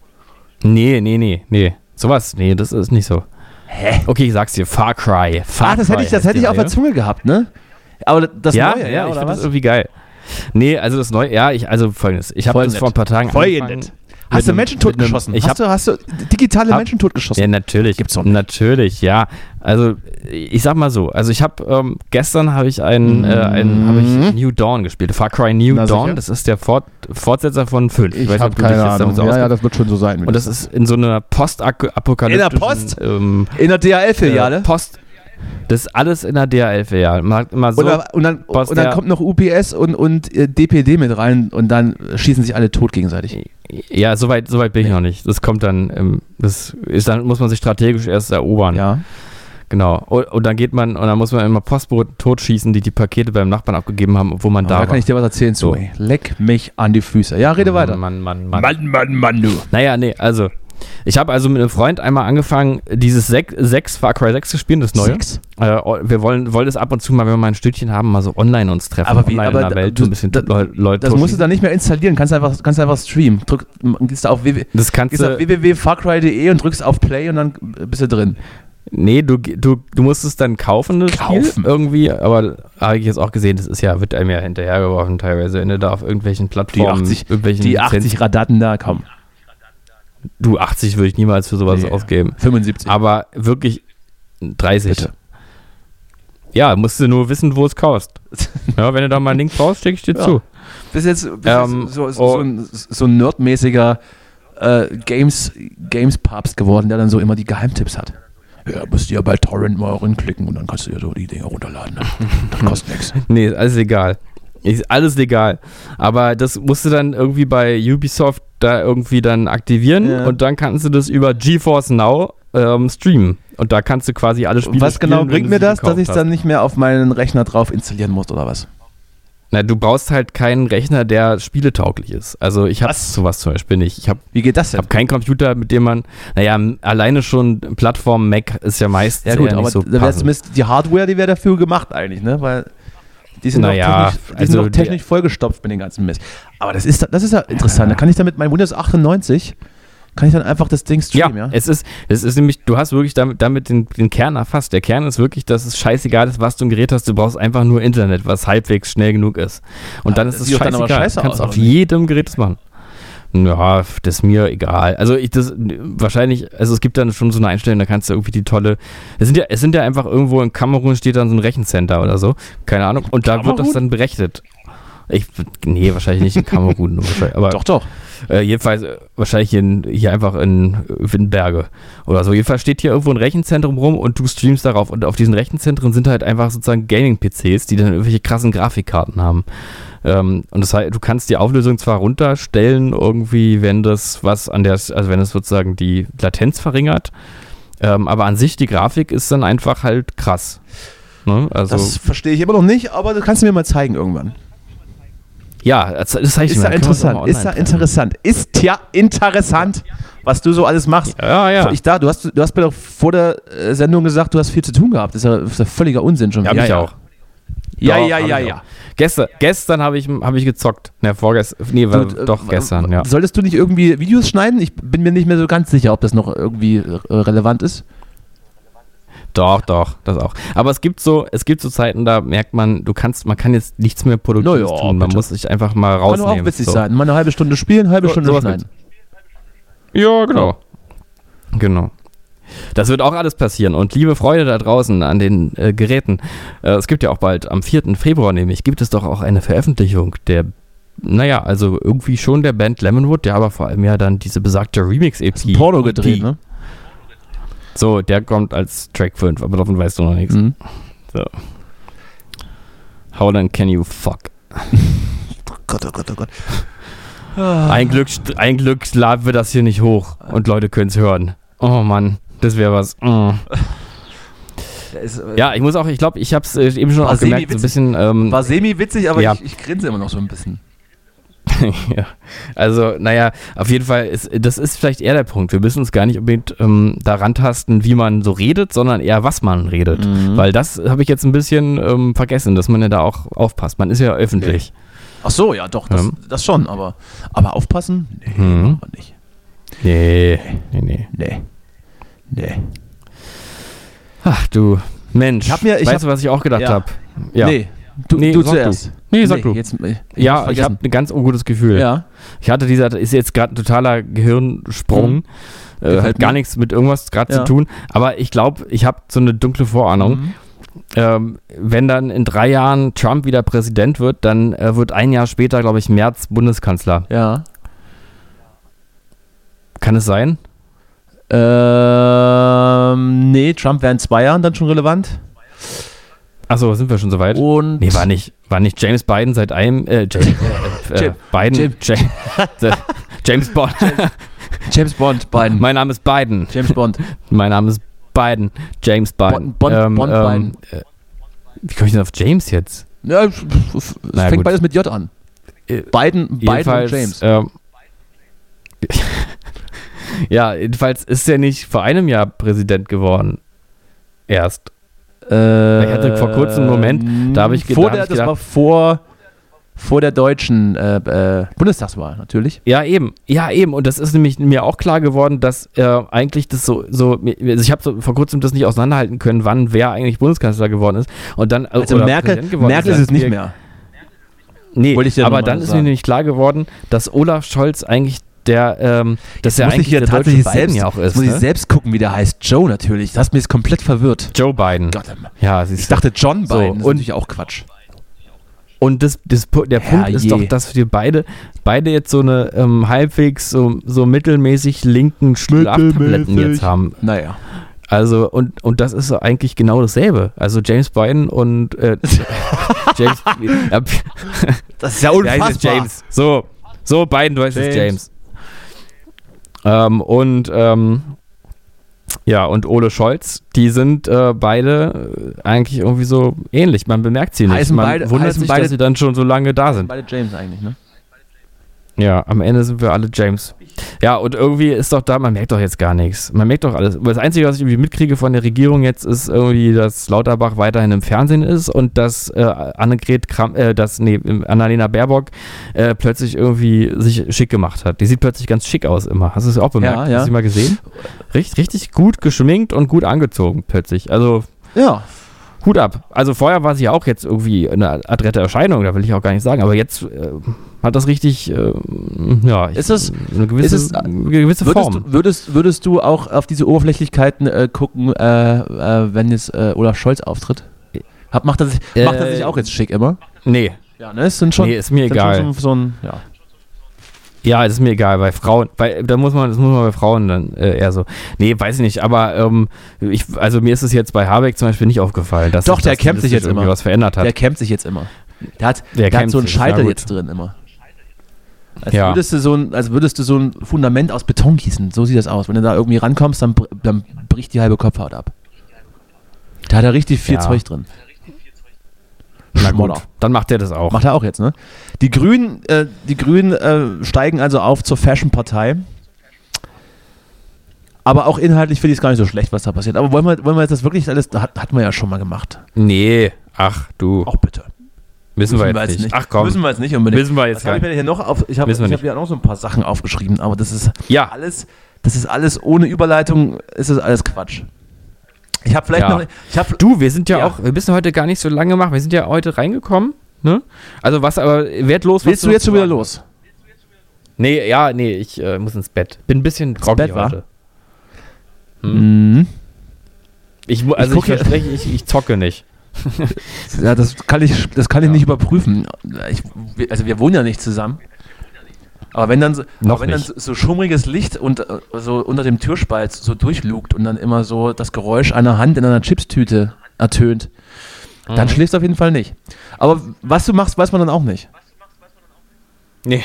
C: Nee, nee, nee, nee. Sowas, nee, das ist nicht so. Hä? Okay, ich sag's dir, Far Cry. Far
D: Ah, das
C: Cry
D: hätte ich, das
C: heißt
D: hätte
C: die
D: ich auf der
C: Reihe.
D: Zunge gehabt, ne? Aber das
C: Ja,
D: neue,
C: ja, ich
D: oder
C: finde das
D: was?
C: irgendwie geil. Nee, also das neue, ja, ich, also folgendes. Ich habe das
D: Folgendes.
C: vor ein paar Tagen
D: Folgendes.
C: mit
D: Hast du
C: einem-
D: Menschen
C: mit einem-
D: totgeschossen?
C: Ich
D: hast,
C: habe
D: du, hast du digitale
C: hab-
D: Menschen totgeschossen?
C: Ja, natürlich.
D: Gibt's doch nicht.
C: Natürlich, ja. Also, ich sag mal so, also ich habe ähm, gestern habe ich einen, äh, einen habe ich New Dawn gespielt. Far Cry New
F: Na,
C: Dawn,
F: sicher.
C: das ist der Fort, Fortsetzer von 5.
F: Ich habe keine Ahnung.
C: so
F: ja, ja,
C: auskennst.
F: das wird schon so sein.
C: Und das ist in so einer postapokalyptischen
D: In der Post?
C: ähm,
D: In der DHL-Filiale?
C: äh, Post. Das ist alles in der DHL-Filiale. Man sagt immer so.
D: Und, dann- und dann,
C: Post,
D: und dann
C: ja.
D: kommt noch UPS und, und äh, DPD mit rein und dann äh, schießen sich alle tot gegenseitig.
C: ja, soweit so weit bin ich noch nicht. Das kommt dann, ähm, das ist, dann muss man sich strategisch erst erobern.
D: Ja.
C: Genau. Und, und dann geht man, und dann muss man immer Postboten totschießen, die die Pakete beim Nachbarn abgegeben haben, obwohl man
D: Da,
C: da, war.
D: kann ich dir was erzählen zu.
C: So.
D: Ey. Leck mich an die Füße. Ja, rede weiter.
C: Mann, Mann, Mann.
D: Mann, Mann, Mann, du.
C: Naja, nee, also. Ich habe also mit einem Freund einmal angefangen, dieses 6, Far Cry 6 zu spielen, das neue.
D: Sechs?
C: Äh, wir wollen, wollen das ab und zu mal, wenn wir mal ein Stündchen haben, mal so online uns treffen.
D: Aber wie-
C: online
D: aber
C: in der
D: da-
C: Welt
D: du-
C: so ein bisschen
D: da-
C: Leu- Leute
D: Das musst du
C: totschießen.
D: dann nicht mehr installieren. Kannst einfach, kannst einfach streamen. Drück, m- gehst da auf, www,
C: Das kannst
D: gehst auf
C: du.
D: www.farcry.de E und drückst auf Play und dann bist du drin.
C: Nee, du, du, du musst es dann kaufen, das Spiel
D: Kaufen?
C: irgendwie. Aber habe ich jetzt auch gesehen, das ist ja, wird einem ja hinterhergeworfen teilweise, wenn du da auf irgendwelchen
D: Die
C: Plattformen.
D: 80,
C: irgendwelchen
D: die
C: Lizenzen-
D: 80 Radatten da, komm.
C: Du 80 würde ich niemals für sowas
D: Nee.
C: ausgeben.
D: 75.
C: Aber wirklich 30.
D: Bitte.
C: Ja, musst du nur wissen, wo es kaufst. Ja, wenn du da mal einen Link brauchst, schicke ich dir
D: Ja.
C: zu.
D: Bist jetzt, bist
C: Ähm,
D: jetzt so, so,
C: oh.
D: so, ein, so ein nerdmäßiger äh, Games, Games-Papst geworden, der dann so immer die Geheimtipps hat. Ja, musst du ja bei Torrent mal reinklicken und dann kannst du ja so die Dinger runterladen. Das kostet nichts.
C: Nee, ist alles egal. Ist alles legal. Aber das musst du dann irgendwie bei Ubisoft da irgendwie dann aktivieren
D: Ja.
C: und dann kannst du das über GeForce Now ähm, streamen. Und da kannst du quasi alle Spiele
D: Was genau
C: spielen, wenn
D: bringt
C: du
D: mir
C: sie
D: das, dass
C: gekauft
D: ich
C: hast.
D: dann nicht mehr auf meinen Rechner drauf installieren muss oder was?
C: Na, du brauchst halt keinen Rechner, der spieletauglich ist. Also ich habe sowas zum Beispiel nicht. Ich habe
D: Wie geht das denn?
C: hab keinen Computer, mit dem man, naja, m- alleine schon Plattform Mac ist ja meistens
D: Ja gut,
C: eher
D: aber
C: nicht so
D: da wäre
C: passend.
D: zumindest die Hardware, die wäre dafür gemacht eigentlich, ne? Weil die sind
C: Naja,
D: noch technisch, die
C: also
D: sind noch technisch vollgestopft mit dem ganzen Mist. Aber das ist, das ist ja interessant. Da kann ich dann mit meinem Windows 98, kann ich dann einfach das Ding
C: Ja,
D: streamen, ja?
C: es ist, es ist nämlich, du hast wirklich damit, damit den, den Kern erfasst. Der Kern ist wirklich, dass es scheißegal ist, was du im Gerät hast. Du brauchst einfach nur Internet, was halbwegs schnell genug ist. Und dann
D: Aber
C: ist
D: Ah, das
C: es
D: sieht doch dann aber
C: scheißegal.
D: scheiße
C: du kannst
D: aus,
C: auf
D: oder nicht?
C: jedem Gerät das machen. Ja, das ist mir egal. Also ich das wahrscheinlich, also es gibt dann schon so eine Einstellung, da kannst du irgendwie die tolle. Es sind ja, es sind ja einfach irgendwo in Kamerun steht dann so ein Rechencenter oder so. Keine Ahnung. Und da wird das
D: Kamerun?
C: dann berechnet. Ich, nee, wahrscheinlich nicht in Kamerun. wahrscheinlich, aber
D: Doch, doch.
C: äh, jedenfalls äh, wahrscheinlich hier, in, hier einfach in äh, Windberge oder so. Jedenfalls steht hier irgendwo ein Rechenzentrum rum und du streamst darauf. Und auf diesen Rechenzentren sind halt einfach sozusagen Gaming-PCs, die dann irgendwelche krassen Grafikkarten haben. Ähm, und das heißt, du kannst die Auflösung zwar runterstellen, irgendwie, wenn das was an der, also wenn es sozusagen die Latenz verringert. Ähm, aber an sich, die Grafik ist dann einfach halt krass. Ne? Also,
D: Das verstehe ich immer noch nicht, aber das kannst du mir mal zeigen irgendwann.
C: ja, das, das zeige ich
D: Ist
C: mir.
D: ja
C: Dann können wir uns auch
D: interessant,
C: mal
D: ist ja
C: online treffen.
D: interessant, ist ja interessant, was du so alles machst.
C: Ah, Ja, ja.
D: Ich da, du hast, du hast mir doch vor der äh, Sendung gesagt, du hast viel zu tun gehabt. Das ist ja, das ist ja völliger Unsinn schon.
C: Ja, mich auch.
D: Ja,
C: Doch,
D: ja,
C: hab
D: ja,
C: ich
D: ja.
C: auch. Gestern, gestern habe ich, hab ich gezockt. Ne, vorgestern. Nee, war,
D: Du, äh,
C: doch
D: w-
C: gestern,
D: w-
C: ja.
D: Solltest du nicht irgendwie Videos schneiden? Ich bin mir nicht mehr so ganz sicher, ob das noch irgendwie äh, relevant ist.
C: Doch, doch, das auch. Aber es gibt so, es gibt so Zeiten, da merkt man, du kannst, man kann jetzt nichts mehr produktiv
D: Na ja,
C: tun. Man
D: bitte.
C: muss sich einfach mal
D: Kann doch
C: rausnehmen.
D: auch witzig
C: so.
D: sein. Mal eine halbe Stunde spielen, halbe
C: So-
D: Stunde
C: sowas
D: schneiden.
C: Ja, genau. Genau. Das wird auch alles passieren. Und liebe Freude da draußen an den äh, Geräten. Äh, es gibt ja auch bald, am 4. Februar nämlich, gibt es doch auch eine Veröffentlichung der, naja, also irgendwie schon der Band Lemonwood, der aber vor allem ja dann diese besagte Remix-EP.
D: Porno gedreht,
C: Die-
D: ne?
C: So, der kommt als Track 5, aber davon weißt du noch nichts.
D: Mhm.
C: How then can you fuck?
D: Gott, oh Gott, Ah. oh Gott.
C: Ein Glück, ein Glück laden wir das hier nicht hoch und Leute können es hören. Oh Mann, das wäre was. Mm.
D: äh,
C: Ja, ich muss auch, ich glaube, ich habe es eben schon
D: War
C: auch gemerkt, so ein
D: semi-witzig.
C: bisschen. Ähm,
D: War semi-witzig, aber
C: Ja.
D: ich, ich grinse immer noch so ein bisschen.
C: ja. Also, naja, auf jeden Fall, ist, das ist vielleicht eher der Punkt. Wir müssen uns gar nicht unbedingt ähm, daran tasten, wie man so redet, sondern eher, was man redet.
D: Mhm.
C: Weil das habe ich jetzt ein bisschen ähm, vergessen, dass man ja da auch aufpasst. Man ist ja öffentlich.
D: Ach so, ja, doch, das,
C: Ja.
D: das schon, aber, aber aufpassen? Nee,
C: Mhm.
D: machen wir nicht.
C: Nee, nee, nee.
D: Nee. Nee.
C: Ach du, Mensch.
D: Ich hab mir- ich
C: weißt
D: hab-
C: du, was ich auch gedacht
D: Ja.
C: habe? Ja.
D: Nee. Du,
C: Nee,
D: du
C: sag du.
D: zuerst.
C: Nee, sag du.
D: Jetzt, ich
C: ja,
D: hab's
C: ich habe
D: vergessen.
C: ein ganz ungutes Gefühl.
D: ja.
C: Ich hatte dieser, ist jetzt gerade ein totaler Gehirnsprung. Äh,
D: Mhm. Gefällt
C: hat gar
D: mir.
C: nichts mit irgendwas gerade
D: Ja. Mhm.
C: zu tun. Aber ich glaube, ich habe so eine dunkle Vorahnung. Ähm, wenn dann in drei Jahren Trump wieder Präsident wird, dann äh, wird ein Jahr später, glaube ich, März Bundeskanzler.
D: Ja.
C: Kann es sein?
D: Ähm, nee, Trump wäre in zwei Jahren dann schon relevant.
C: Achso, sind wir schon soweit?
D: Und
C: Nee, war nicht, war nicht James Biden seit einem, äh, James, äh, äh,
D: Jim.
C: Biden,
D: Jim.
C: James, James Bond.
D: James Bond, Biden.
C: mein Name ist Biden.
D: James Bond.
C: Mein Name ist Biden. James Biden.
D: Bond- Bond- Bond Biden.
C: äh, wie komme ich denn auf James jetzt?
D: Ja, es es
C: Na ja,
D: fängt
C: gut.
D: beides mit J an.
C: Äh,
D: Biden, Biden und
C: Jedenfalls,
D: James.
C: Ähm, ja, jedenfalls ist er nicht vor einem Jahr Präsident geworden. Erst. ich hatte äh, vor kurzem einen Moment, da habe ich ge-
D: Ähm, vor
C: da
D: der,
C: hab ich
D: das
C: gedacht-
D: war vor, vor der deutschen äh, äh, Bundestagswahl natürlich.
C: Ja, eben. Ja, eben. Und das ist nämlich mir auch klar geworden, dass äh, eigentlich das so, so mir- also ich habe so vor kurzem das nicht auseinanderhalten können, wann wer eigentlich Bundeskanzler geworden ist. Und dann äh,
D: Also
C: oder
D: Merkel,
C: Präsident geworden
D: Merkel ist es nicht
C: Mir-
D: mehr.
C: Nee,
D: Wollte ich dir
C: aber
D: nochmal
C: dann ist mir
D: sagen.
C: nämlich klar geworden, dass Olaf Scholz eigentlich der, ähm, dass er
D: muss ich
C: eigentlich
D: hier
C: der deutsche
D: tatsächlich
C: Biden
D: selbst,
C: ja auch ist.
D: muss ich
C: Ne?
D: selbst gucken, wie der heißt. Joe natürlich. Das hat mich jetzt komplett verwirrt.
C: Joe Biden.
D: Gott,
C: Ja, siehst
D: ich
C: du.
D: dachte John Biden.
C: So,
D: das ist
C: und-
D: natürlich auch Quatsch.
C: Und das, das, Pu- der Punkt ist
D: Herrje.
C: doch, dass wir beide, beide jetzt so eine ähm, halbwegs so, so mittelmäßig linken Schlaftabletten jetzt
D: Mittelmäßig.
C: haben.
D: Naja.
C: Also, und, und das ist so eigentlich genau dasselbe. Also James Biden und äh, James, äh,
D: Das ist ja
C: wie heißt es? James. So, so Biden, du heißt es James.
D: James.
C: Ähm, und ähm, ja, und Ole Scholz, die sind äh, beide äh, eigentlich irgendwie so ähnlich. Man bemerkt sie nicht.
D: Heißen
C: Man
D: beide-
C: wundert
D: heißen
C: sich,
D: beide-
C: dass sie dann schon so lange da sind.
D: Beide James eigentlich, ne?
C: Ja, am Ende sind wir alle James. Ja, und irgendwie ist doch da, man merkt doch jetzt gar nichts. Man merkt doch alles. Das Einzige, was ich irgendwie mitkriege von der Regierung jetzt, ist irgendwie, dass Lauterbach weiterhin im Fernsehen ist und dass äh, Annegret Kram, äh, dass, nee, Annalena Baerbock äh, plötzlich irgendwie sich schick gemacht hat. Die sieht plötzlich ganz schick aus immer. Hast du es auch bemerkt?
D: Ja, ja.
C: Hast du sie mal gesehen? Richtig, richtig gut geschminkt und gut angezogen plötzlich. Also
D: Ja.
C: Hut ab. Also vorher war sie ja auch jetzt irgendwie eine adrette Erscheinung, da will ich auch gar nicht sagen, aber jetzt äh, hat das richtig, äh, ja, ich-
D: Ist es-
C: eine gewisse,
D: ist es-
C: eine gewisse
D: Würdest,
C: Form.
D: du- würdest, würdest du auch auf diese Oberflächlichkeiten äh, gucken, äh, äh, wenn jetzt äh, Olaf Scholz auftritt? Hab, macht, er sich,
C: Äh,
D: macht er sich auch jetzt schick immer?
C: Nee,
D: Ja, ne? Es sind schon,
C: nee, ist mir
D: sind
C: egal.
D: schon so, so ein, ja.
C: Ja, es ist mir egal, bei Frauen, bei, da muss man, das muss man bei Frauen dann äh, eher so. Nee, weiß ich nicht, aber ähm, ich, also mir ist es jetzt bei Habeck zum Beispiel nicht aufgefallen, dass
D: Doch, der
C: das
D: kämpft sich
C: stilistisch
D: jetzt
C: irgendwie
D: immer.
C: was verändert hat.
D: Der kämpft sich jetzt immer. Der hat,
C: Der
D: der
C: kämpft
D: hat so einen
C: sich, ja,
D: Scheitel
C: gut.
D: jetzt drin immer. Als,
C: Ja.
D: würdest du so ein, als würdest du so ein Fundament aus Beton gießen. So sieht das aus. Wenn du da irgendwie rankommst, dann, br- dann bricht die halbe Kopfhaut ab. Da hat er richtig viel
C: Ja.
D: Zeug drin.
C: Na gut,
D: Schmodder.
C: dann macht der das auch.
D: Macht er auch jetzt, ne? Die Grünen, äh, die Grünen äh, steigen also auf zur Fashion-Partei. Aber auch inhaltlich finde ich es gar nicht so schlecht, was da passiert. Aber wollen wir, wollen wir jetzt das wirklich alles, hat, hatten wir ja schon mal gemacht.
C: nee, ach du,
D: Auch bitte.
C: müssen wir jetzt nicht. Ach komm,
D: Müssen wir jetzt nicht unbedingt.
C: Müssen wir jetzt
D: Was hab
C: gar
D: ich mir hier noch auf, ich habe
C: Müssen wir
D: ich
C: nicht.
D: hab ja noch so ein paar Sachen aufgeschrieben, aber das ist
C: ja,
D: alles, das ist alles ohne Überleitung, ist das alles Quatsch. Ich habe
C: Ja.
D: vielleicht noch. Ich hab,
C: Du, wir sind ja,
D: Ja.
C: auch, wir müssen heute gar nicht so lange machen. Wir sind ja heute reingekommen. Ne? Also was aber wertlos.
D: willst du jetzt schon wieder los?
C: Nee, ja, nee, ich äh, muss ins Bett. Bin ein bisschen groggy
D: Bett, wa?
C: heute. Hm?
D: Mhm.
C: Ich, mu- also ich,
D: gucke-
C: verspreche, ich, ich zocke nicht.
D: Ja, das kann ich, das kann ich nicht überprüfen. Ich, wir- also wir wohnen ja nicht zusammen. Aber wenn dann, so-
C: Noch
D: aber wenn dann
C: nicht.
D: so- so schummriges Licht und, äh, so unter dem Türspalt so durchlugt und dann immer so das Geräusch einer Hand in einer Chipstüte ertönt,
C: Mhm.
D: dann schläfst du auf jeden Fall nicht. Aber was du machst, weiß man dann auch nicht.
C: Nee.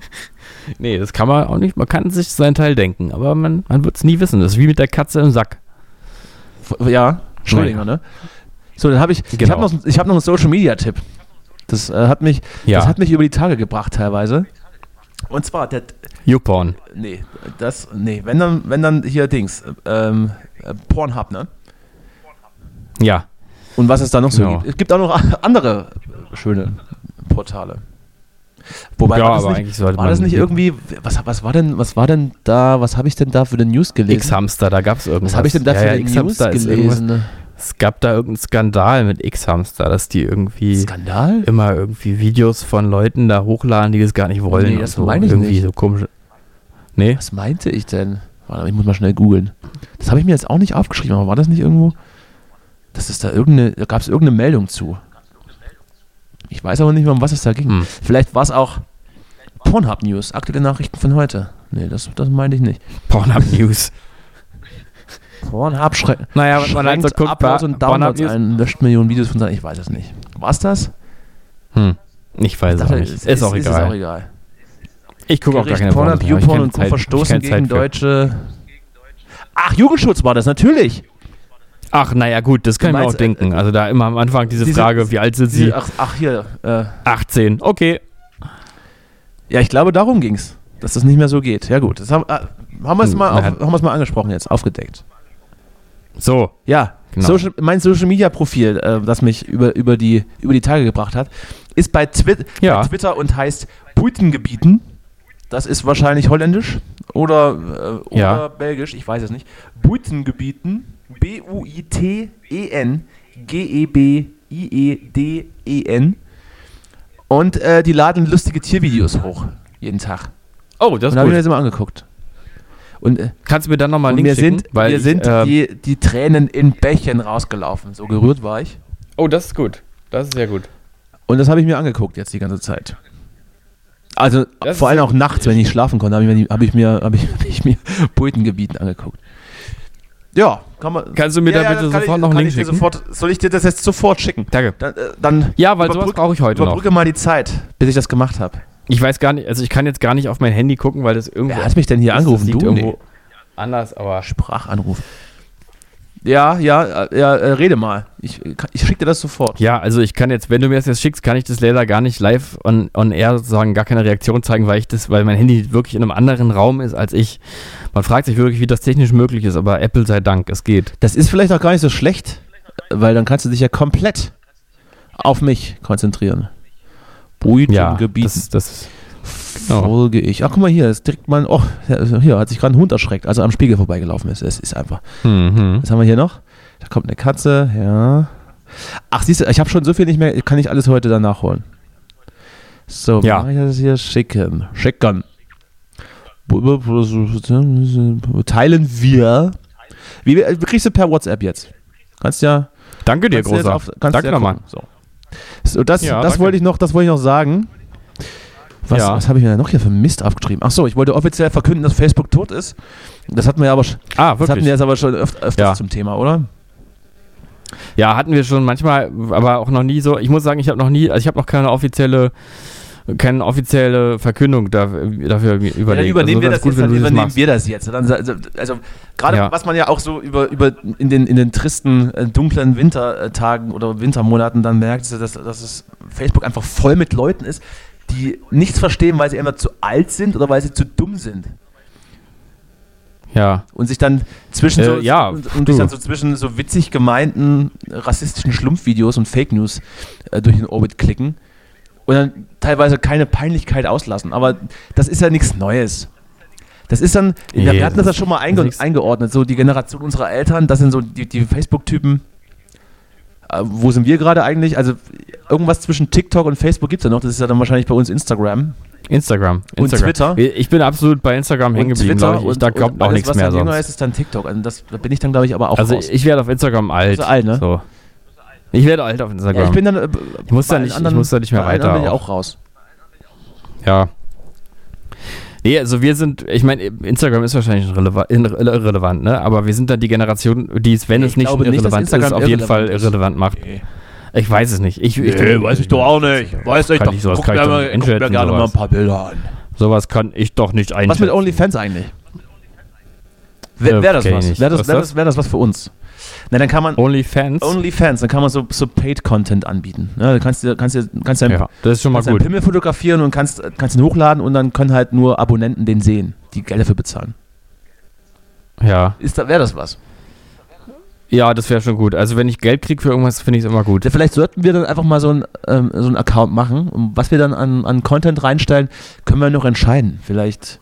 C: nee, das kann man auch nicht. Man kann sich seinen Teil denken, aber man, man wird es nie wissen. Das ist wie mit der Katze im Sack.
D: F- Ja, Schrödinger, ne? So, dann habe ich, ich
C: Genau.
D: habe noch, ich hab noch einen Social Media Tipp. Das äh, hat mich,
C: Ja.
D: das hat mich über die Tage gebracht teilweise. Und zwar der,
C: Juckporn.
D: Nee, das, nee, wenn dann, wenn dann hier Dings, ähm, äh, Pornhub, ne?
C: Ja.
D: Und was es da noch so
C: Genau.
D: gibt. Es gibt auch noch andere schöne Portale. Wobei,
C: Ja,
D: war das
C: aber
D: nicht,
C: eigentlich sollte
D: war das
C: man-
D: nicht irgendwie, was, was war denn, was war denn da, was habe ich denn da für den News gelesen?
C: X-Hamster, da gab es irgendwas.
D: was habe ich denn da
C: Ja,
D: für
C: ja,
D: den News
C: X-Hamster ist irgendwas.
D: gelesen? ne?
C: Es gab da irgendeinen Skandal mit X-Hamster, dass die irgendwie
D: Skandal?
C: immer irgendwie Videos von Leuten da hochladen, die das gar nicht wollen.
D: Nee,
C: und
D: das
C: so.
D: meine ich
C: irgendwie
D: nicht.
C: so komisch. Nee?
D: Was meinte ich denn? Warte, ich muss mal schnell googeln. Das habe ich mir jetzt auch nicht aufgeschrieben, aber war das nicht irgendwo? Das ist da irgendeine, da gab es irgendeine Meldung zu. Ich weiß aber nicht mehr, um was es da ging.
C: Hm.
D: Vielleicht war es auch Pornhub News, aktuelle Nachrichten von heute. Nee, das, das meinte ich nicht.
C: Pornhub News.
D: Pornhub schrei
C: Naja,
D: schränkt Uploads und Downloads ein, löscht Millionen Videos von seinen, ich weiß es nicht. War es das?
C: Hm. Ich weiß es auch
D: Dachte,
C: nicht. Ist, auch
D: Ist
C: egal.
D: auch egal.
C: Ich gucke auch gar keine
D: Pornhub,
C: Pornos mehr.
D: YouPorn
C: Ich
D: und Co.
C: keine Zeit-
D: verstoßen
C: keine Zeit
D: gegen
C: für.
D: deutsche... Ach, Jugendschutz war das, natürlich.
C: Ach, naja, gut, das kann
D: Du
C: ich mir auch
D: meinst, äh,
C: denken. Also da immer am Anfang diese,
D: diese-
C: Frage, wie alt sind
D: Sie,
C: sie?
D: ach, ach, hier, äh,
C: 18. Okay.
D: Ja, ich glaube, darum ging es, dass das nicht mehr so geht. Ja, gut. Das haben, äh, haben wir es
C: Hm,
D: mal, auf,
C: na ja.
D: haben wir's mal angesprochen jetzt, aufgedeckt.
C: So.
D: Ja,
C: Genau.
D: Social, mein Social Media Profil, äh, das mich über, über, die, über die Tage gebracht hat, ist bei, Twi
C: Ja.
D: bei Twitter und heißt Buitengebieten. Das ist wahrscheinlich holländisch oder, äh, oder
C: Ja.
D: belgisch, ich weiß es nicht. Buitengebieten, B-U-I-T-E-N, E G-E-B-I-E-D-E-N. E Und äh, die laden lustige Tiervideos hoch, jeden Tag.
C: Oh, das ist
D: Und habe ich mir
C: gut.
D: das immer angeguckt. Und, äh,
C: Kannst du mir dann nochmal einen
D: und
C: Link
D: mir
C: schicken?
D: sind, mir
C: ich,
D: sind
C: ähm,
D: die, die Tränen in Bächen rausgelaufen. So gerührt war ich.
C: oh, das ist gut. Das ist sehr gut.
D: Und das habe ich mir angeguckt jetzt die ganze Zeit. Also
C: Das
D: vor
C: ist
D: allem auch nachts, wenn ich schlafen konnte, habe ich mir, die- habe ich mir, habe ich, habe ich mir Poetengebieten angeguckt. Ja, kann man.
C: Kannst du mir da bitte
D: das kann
C: sofort noch einen
D: kann
C: Link
D: ich dir
C: schicken?
D: Sofort, soll ich dir das jetzt sofort schicken?
C: Danke.
D: Dann, äh, dann
C: Ja, weil sowas
D: überbrück-
C: brauche ich heute noch.
D: Überbrücke mal die Zeit, bis ich das gemacht habe.
C: Ich weiß gar nicht, also ich kann jetzt gar nicht auf mein Handy gucken, weil das irgendwo.
D: Wer hat mich denn hier
C: das
D: angerufen?
C: liegt
D: Du?
C: irgendwo
D: Nee.
C: anders, aber.
D: Sprachanruf. Ja, ja, äh, ja, äh, rede mal. Ich, äh, ich schicke dir das sofort.
C: Ja, also ich kann jetzt, wenn du mir das jetzt schickst, kann ich das leider gar nicht live on, on air sozusagen gar keine Reaktion zeigen, weil ich das, weil mein Handy wirklich in einem anderen Raum ist als ich. Man fragt sich wirklich, wie das technisch möglich ist, aber Apple sei Dank, es geht.
D: Das ist vielleicht auch gar nicht so schlecht, weil dann kannst du dich ja komplett auf mich konzentrieren. Brüten,
C: Ja,
D: Gebieten,
C: das, das genau.
D: folge ich. Ach, guck mal hier, ist direkt mal ein, oh, hier hat sich gerade ein Hund erschreckt, also am Spiegel vorbeigelaufen ist. Es ist einfach.
C: Mhm.
D: Was haben wir hier noch? Da kommt eine Katze, ja. Ach, siehst du, ich habe schon so viel nicht mehr, kann ich alles heute dann nachholen. So,
C: Ja.
D: mach ich das hier schicken. Schicken. Teilen wir. Wie, wie kriegst du per WhatsApp jetzt? Kannst ja.
C: Danke dir,
D: kannst du jetzt
C: großer.
D: auf- kannst du
C: Danke
D: ja
C: nochmal.
D: gucken. So. So, das
C: Ja,
D: das
C: danke.
D: wollte ich noch, das wollte ich noch sagen. Was,
C: Ja.
D: was habe ich mir denn noch hier für Mist aufgeschrieben? Ach so, ich wollte offiziell verkünden, dass Facebook tot ist. Das hatten wir aber, sch-
C: Ah,
D: das hatten
C: wirklich.
D: wir jetzt aber schon öf öfters
C: Ja.
D: zum Thema, oder?
C: ja, hatten wir schon manchmal, aber auch noch nie so. Ich muss sagen, ich habe noch nie, also ich habe noch keine offizielle, keine offizielle Verkündung da- dafür mir
D: Ja,
C: überlegt.
D: dann übernehmen wir das
C: also, wäre
D: jetzt, dann
C: gut, wenn du
D: übernehmen
C: machst.
D: wir das jetzt. Dann, also, also gerade
C: Ja.
D: was man ja auch so über, über in, den, in den tristen, äh, dunklen Wintertagen oder Wintermonaten dann merkt, ist ja, dass, dass es Facebook einfach voll mit Leuten ist, die nichts verstehen, weil sie entweder zu alt sind oder weil sie zu dumm sind.
C: Ja.
D: Und sich dann zwischen, so,
C: Äh, ja,
D: und, und sich
C: du.
D: dann so zwischen so witzig gemeinten äh, rassistischen Schlumpfvideos und Fake News äh, durch den Orbit klicken und dann teilweise keine Peinlichkeit auslassen. Aber das ist ja nichts Neues. Das ist dann, wir-
C: Nee,
D: wir hatten das ja schon mal einge
C: nix.
D: eingeordnet, so die Generation unserer Eltern, das sind so die, die Facebook-Typen. Äh, wo sind wir gerade eigentlich? Also irgendwas zwischen TikTok und Facebook gibt es ja noch, das ist ja dann wahrscheinlich bei uns Instagram.
C: Instagram.
D: Und
C: Instagram.
D: Twitter.
C: Ich bin absolut bei Instagram hängen geblieben, glaube ich. Ich- Da kommt auch
D: alles,
C: nichts
D: was
C: mehr
D: dann jünger
C: sonst.
D: ist, ist dann TikTok. Also das, da bin ich dann, glaube ich, aber auch
C: Also
D: raus.
C: ich werde auf Instagram alt.
D: Bist du alt, ne?
C: so. Ich werde alt auf Instagram.
D: ja, ich bin dann, äh,
C: Ich muss da
D: bei allen
C: nicht- ich muss da nicht mehr
D: bei allen
C: weiter
D: anderen bin ich
C: auch.
D: auch raus.
C: Ja. Nee, also wir sind, ich meine, Instagram ist wahrscheinlich releva- in- irrelevant, ne? Aber wir sind dann die Generation, die es, wenn
D: Ich
C: es nicht
D: glaube nicht, dass
C: irrelevant ist,
D: Instagram
C: auf jeden Fall
D: irrelevant ist.
C: irrelevant macht. Ich weiß es nicht. Ich, ich
E: Nee, weiß ich doch auch nicht. Weiß ich
C: Kann
E: doch.
C: ich sowas-
E: guck
C: kann ich
E: mir,
C: doch
E: mal-
C: nicht
E: guck mir
C: einschätzen,
E: gerne mal ein
C: sowas.
E: paar Bilder an.
C: Sowas kann ich doch nicht einschätzen.
D: Was mit OnlyFans eigentlich?
C: Äh,
D: Wäre wär das
C: kenn ich
D: was?
C: nicht.
D: Wäre das,
C: Was
D: wär
C: ist
D: das, wär das was für uns? Na, dann kann man
C: OnlyFans?
D: OnlyFans, dann kann man so, so Paid-Content anbieten. Ne? Du kannst, dir- kannst, dir- kannst deinen,
C: ja, das ist schon mal
D: kannst deinen
C: gut.
D: Pimmel fotografieren und kannst, kannst ihn hochladen und dann können halt nur Abonnenten den sehen, die Geld dafür bezahlen.
C: Ja.
D: Ist da, Wäre das was?
C: ja, das wäre schon gut. Also wenn ich Geld kriege für irgendwas, finde ich es immer gut.
D: Ja, Vielleicht sollten wir dann einfach mal so, ein, ähm, so einen Account machen. Und was wir dann an, an Content reinstellen, können wir noch entscheiden. Vielleicht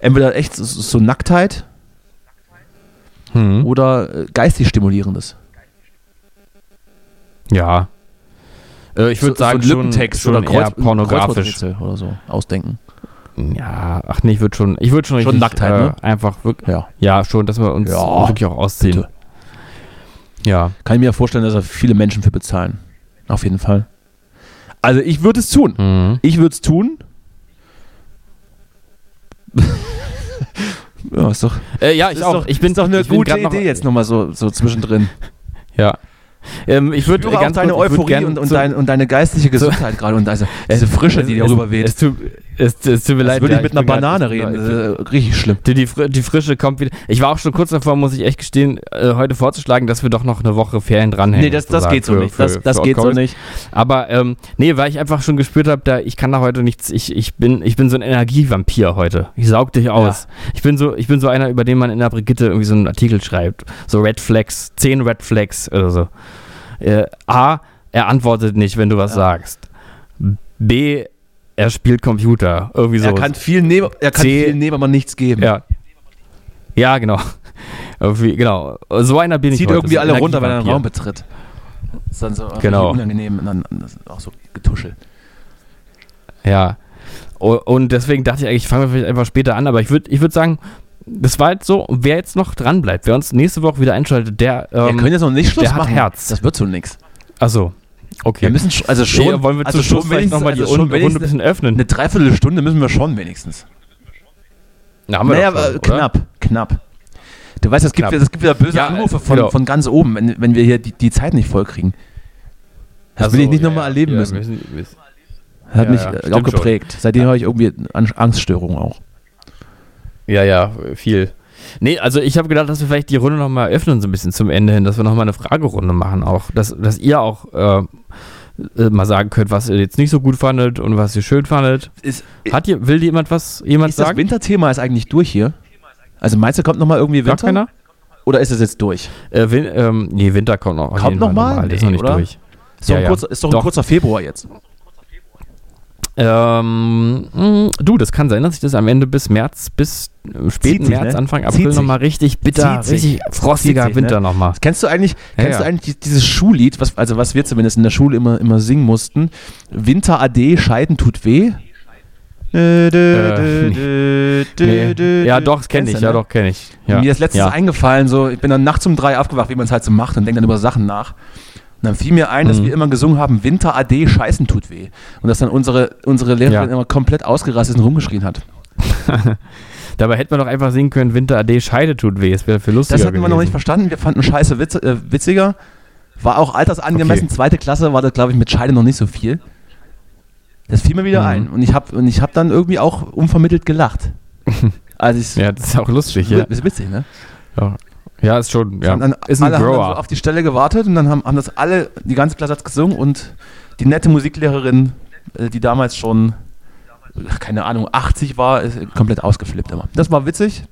D: entweder echt so, so Nacktheit
C: Hm.
D: oder äh, geistig stimulierendes.
C: Ja. Äh, ich würde
D: so,
C: sagen,
D: so ein Lippentext
C: schon,
D: oder
C: schon eher
D: Kreuz,
C: pornografisch.
D: Kreuzworträtsel oder so ausdenken.
C: Ja, ach nee, ich würde schon, ich würde schon,
D: Schon
C: richtig,
D: Nacktheit,
C: äh,
D: ne?
C: einfach wirklich,
D: Ja.
C: ja, schon, dass wir uns
D: Ja,
C: wirklich auch ausziehen.
D: bitte.
C: Ja.
D: Kann ich mir ja vorstellen, dass da viele Menschen für bezahlen. Auf jeden Fall. Also ich würde es tun.
C: Mhm.
D: Ich würde es tun. ja, ist doch,
C: Äh, ja, ich
D: ist
C: auch.
D: doch,
C: ich bin
D: ist doch eine
C: ich bin
D: gute
C: grad
D: Idee
C: noch-
D: jetzt ne? nochmal so, so zwischendrin. Äh,
C: Ja. Ähm, ich würde
D: Spüre auch
C: ganz
D: deine
C: kurz, ich würd
D: Euphorie
C: gern
D: und, und,
C: zu-
D: dein, und deine geistliche Gesundheit gerade und also, diese Frische, die
C: es,
D: darüber weht.
C: Es, tut- es, es tut mir
D: Als
C: leid.
D: würde
C: ja,
D: ich mit
C: bin
D: einer
C: grad-
D: Banane
C: ich bin
D: reden.
C: grad-
D: Das ist, äh, richtig schlimm.
C: Die, die, Fri- die Frische kommt wieder. Ich war auch schon kurz davor, muss ich echt gestehen, äh, heute vorzuschlagen, dass wir doch noch eine Woche Ferien dranhängen.
D: Nee, das, das
C: sozusagen,
D: geht so
C: für-
D: nicht.
C: für-
D: Das, das
C: für
D: geht so
C: Outcalls.
D: nicht.
C: Aber ähm, nee, weil ich einfach schon gespürt habe, da ich kann da heute nichts. Ich, ich bin ich bin so ein Energievampir heute. Ich saug dich aus. Ich bin so ich bin so einer, über den man in der Brigitte irgendwie so einen Artikel schreibt. So Red Flags, 10 Red Flags oder so. Äh, A, er antwortet nicht, wenn du was sagst. B, er spielt Computer, irgendwie so.
D: Er kann viel Neben- er kann
C: C-
D: viel Nebermann nichts geben.
C: ja. Ja, genau. Irgendwie, genau. So einer bin ich
D: zieht
C: heute,
D: irgendwie
C: so ein
D: alle runter, wenn er einen
C: Energievampir.
D: Raum betritt. Ist dann so
C: Genau.
D: richtig unangenehm und dann das ist auch so getuschelt.
C: Ja. O- Und deswegen dachte ich eigentlich, fangen wir vielleicht einfach später an, aber ich würde ich würd sagen, das war jetzt so, und wer jetzt noch dran bleibt, wer uns nächste Woche wieder einschaltet, der.
D: Wir
C: Ähm,
D: können jetzt noch nicht Schluss
C: der hat
D: machen.
C: Herz.
D: Das wird so nix.
C: achso, okay.
D: Wir müssen sch- also schon,
C: Nee, wollen wir
D: also
C: zum Schluss vielleicht nochmal die Runde,
D: also schon
C: Runde ein
D: wenigstens
C: bisschen öffnen?
D: eine Dreiviertelstunde müssen wir schon wenigstens.
C: Na, haben wir
D: naja,
C: doch schon,
D: aber
C: oder?
D: knapp, knapp. Du weißt, es gibt,
C: Knapp.
D: es gibt wieder böse
C: Ja,
D: Anrufe von,
C: genau.
D: von ganz oben, wenn, wenn wir hier die, die Zeit nicht vollkriegen. Das will ich nicht
C: ja,
D: nochmal
C: ja,
D: erleben
C: Also, ja,
D: müssen.
C: müssen- müssen-
D: Hat
C: ja,
D: mich
C: ja,
D: äh, auch
C: stimmt schon.
D: geprägt. Seitdem habe ich irgendwie An- Angststörungen auch.
C: Ja, ja, viel. Nee, also ich habe gedacht, dass wir vielleicht die Runde nochmal öffnen, so ein bisschen zum Ende hin, dass wir nochmal eine Fragerunde machen auch. Dass, dass ihr auch äh, äh, mal sagen könnt, was ihr jetzt nicht so gut fandet und was ihr schön fandet.
D: Ist,
C: Hat ihr, will jemand was jemand
D: Äh, ist das
C: sagen?
D: Winterthema ist eigentlich durch hier? Also meinst du, kommt nochmal irgendwie
C: Gar
D: Winter?
C: keiner?
D: Oder ist es jetzt durch?
C: Äh, Win ähm, nee, Winter kommt noch. auf
D: Kommt
C: jeden
D: noch
C: Fall
D: mal?
C: Der ist noch
D: Nee,
C: nicht
D: oder?
C: durch.
D: Ist doch,
C: Ja,
D: ein,
C: ja.
D: kurzer, ist doch, ein
C: Doch.
D: kurzer Februar jetzt.
C: Ähm, mh, du, das kann sein, dass sich das am Ende bis März, bis äh,
D: Zieht
C: späten
D: sich,
C: März,
D: ne?
C: Anfang
D: Zieht
C: April
D: sich.
C: nochmal richtig bitter,
D: Zieht sich.
C: richtig frostiger
D: Zieht sich,
C: Winter
D: ne?
C: nochmal.
D: Kennst du eigentlich, kennst
C: ja.
D: du eigentlich die- dieses Schullied, was, also was wir zumindest in der Schule immer, immer singen mussten? Winter AD, Scheiden tut weh. Dö, dö,
C: Äh,
D: dö, dö, dö,
C: Nee. Ja,
D: dö.
C: doch, das kenne
D: Kennst
C: ich,
D: du,
C: ja,
D: ne?
C: doch, kenne ich. Ja.
D: Mir ist letztens
C: ja.
D: eingefallen, so, ich bin dann nachts um drei aufgewacht, wie man es halt so macht und denke dann über Sachen nach. Und dann fiel mir ein, dass
C: Mhm.
D: wir immer gesungen haben, Winter AD, Scheißen tut weh. Und dass dann unsere, unsere Lehrerin
C: Ja.
D: immer komplett ausgerastet und rumgeschrien hat.
C: Dabei hätte man doch einfach singen können, Winter AD Scheide tut weh, es wäre viel lustiger
D: Das hatten wir noch nicht
C: gewesen.
D: verstanden. Wir fanden Scheiße witz, äh, witziger. War auch altersangemessen.
C: Okay.
D: Zweite Klasse war da, glaube ich, mit Scheide noch nicht so viel. Das fiel mir wieder
C: Mhm.
D: ein. Und ich habe hab dann irgendwie auch unvermittelt gelacht. Also ich,
C: Ja, das ist auch lustig, ja.
D: ist witzig, ne?
C: Ja, ja ist schon, ja.
D: Und Dann,
C: Ist ein
D: alle haben dann so
C: Grower.
D: auf die Stelle gewartet und dann haben, haben das alle, die ganze Klasse hat gesungen und die nette Musiklehrerin, äh, die damals schon, ach, keine Ahnung, 80 war, ist äh, komplett ausgeflippt immer. Das war witzig.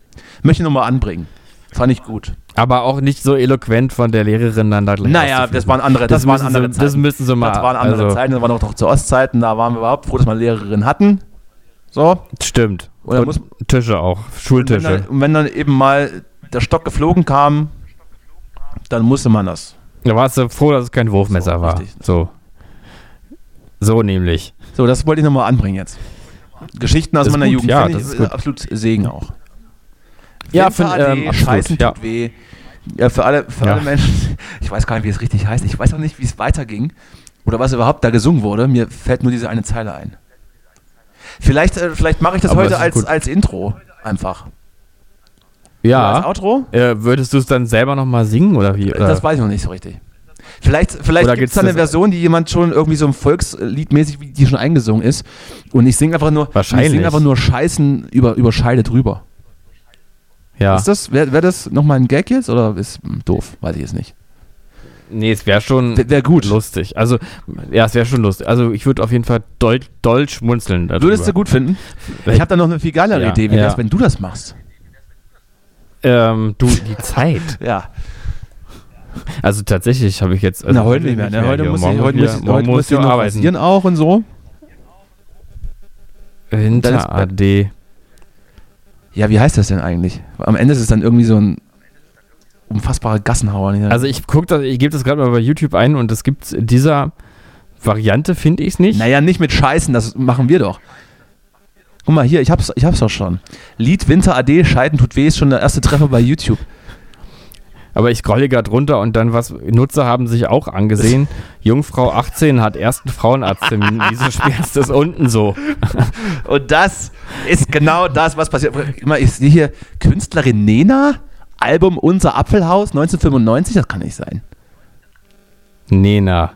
D: Möchte ich nochmal anbringen. Fand ich gut.
C: Aber auch nicht so eloquent von der Lehrerin dann da gleich
D: Naja,
C: auszuflippen.
D: das waren andere, das,
C: Das
D: waren
C: müssen
D: andere
C: sie- das müssen sie mal-
D: Das waren andere
C: also-
D: Zeiten, das waren auch noch zu Ostzeiten, da waren wir überhaupt froh, dass wir eine Lehrerin hatten. So,
C: Stimmt.
D: Oder
C: und
D: muss,
C: Tische auch,
D: wenn, dann,
C: Schultische.
D: und wenn dann eben mal der Stock geflogen kam, dann musste man das.
C: Da warst du froh, dass es kein Wurfmesser
D: So,
C: war.
D: richtig.
C: So. So nämlich.
D: So, das wollte ich nochmal anbringen jetzt. Geschichten aus
C: Das ist
D: meiner
C: gut,
D: Jugend.
C: ja,
D: finde
C: das ist
D: äh,
C: gut.
D: absolut Segen auch.
C: Ja,
D: Winter
C: find,
D: AD,
C: ähm, absolut,
D: Scheißen
C: ja.
D: tut weh. Ja, für alle, für
C: Ja.
D: alle Menschen. Ich weiß gar nicht, wie es richtig heißt. Ich weiß auch nicht, wie es weiterging oder was überhaupt da gesungen wurde. Mir fällt nur diese eine Zeile ein. Vielleicht, äh, vielleicht mache ich das
C: Aber
D: heute
C: es ist
D: als,
C: gut.
D: als Intro einfach. Oder Als
C: Ja.
D: Outro?
C: Äh, würdest du es dann selber nochmal singen oder wie? Oder?
D: Das weiß ich noch nicht so richtig. Vielleicht, vielleicht
C: Oder
D: gibt
C: gibt's
D: es da eine
C: das-
D: Version, die jemand schon irgendwie so ein Volksliedmäßig, wie die schon eingesungen ist. Und ich singe einfach nur,
C: Wahrscheinlich.
D: Ich singe einfach nur Scheißen über, über Scheide drüber.
C: ja.
D: Ist das, wäre wär das nochmal ein Gag jetzt oder ist hm, doof? Weiß ich jetzt nicht.
C: Nee, es wäre schon
D: Wäre wär gut.
C: lustig. Also, ja, es wäre schon lustig. Also, ich würde auf jeden Fall doll, doll schmunzeln. Darüber.
D: Würdest du gut finden? Ich habe da noch eine viel geilere
C: Ja,
D: Idee, wie
C: ja.
D: das, wenn du das machst.
C: Ähm, du, die Zeit.
D: Ja.
C: Also, tatsächlich habe ich jetzt. Also,
D: Na, heute nicht mehr. Ne? Heute
C: hier.
D: muss ich,
C: morgen
D: heute
C: wieder-
D: muss ich,
C: morgen
D: heute
C: muss
D: muss ich
C: ich
D: noch
C: noch arbeiten.
D: rasieren auch und so. Dann ist-
C: Winter AD.
D: Ja, wie heißt das denn eigentlich? Am Ende ist es dann irgendwie so ein unfassbarer Gassenhauer. ne?
C: Also, ich gucke das, ich gebe das gerade mal bei YouTube ein und es gibt in dieser Variante, finde ich nicht.
D: Naja, nicht mit Scheißen, das machen wir doch. Guck mal hier, ich hab's, ich hab's auch schon. Lied Winter AD, Scheiden tut weh, ist schon der erste Treffer bei YouTube.
C: Aber ich scrolle gerade runter und dann was Nutzer haben sich auch angesehen. Jungfrau 18 hat ersten Frauenarzttermin. Wieso sperrst du das unten so?
D: Und das ist genau das, was passiert. Guck mal, ich sehe hier Künstlerin Nena, Album Unser Apfelhaus 1995, das kann nicht sein.
C: Nena.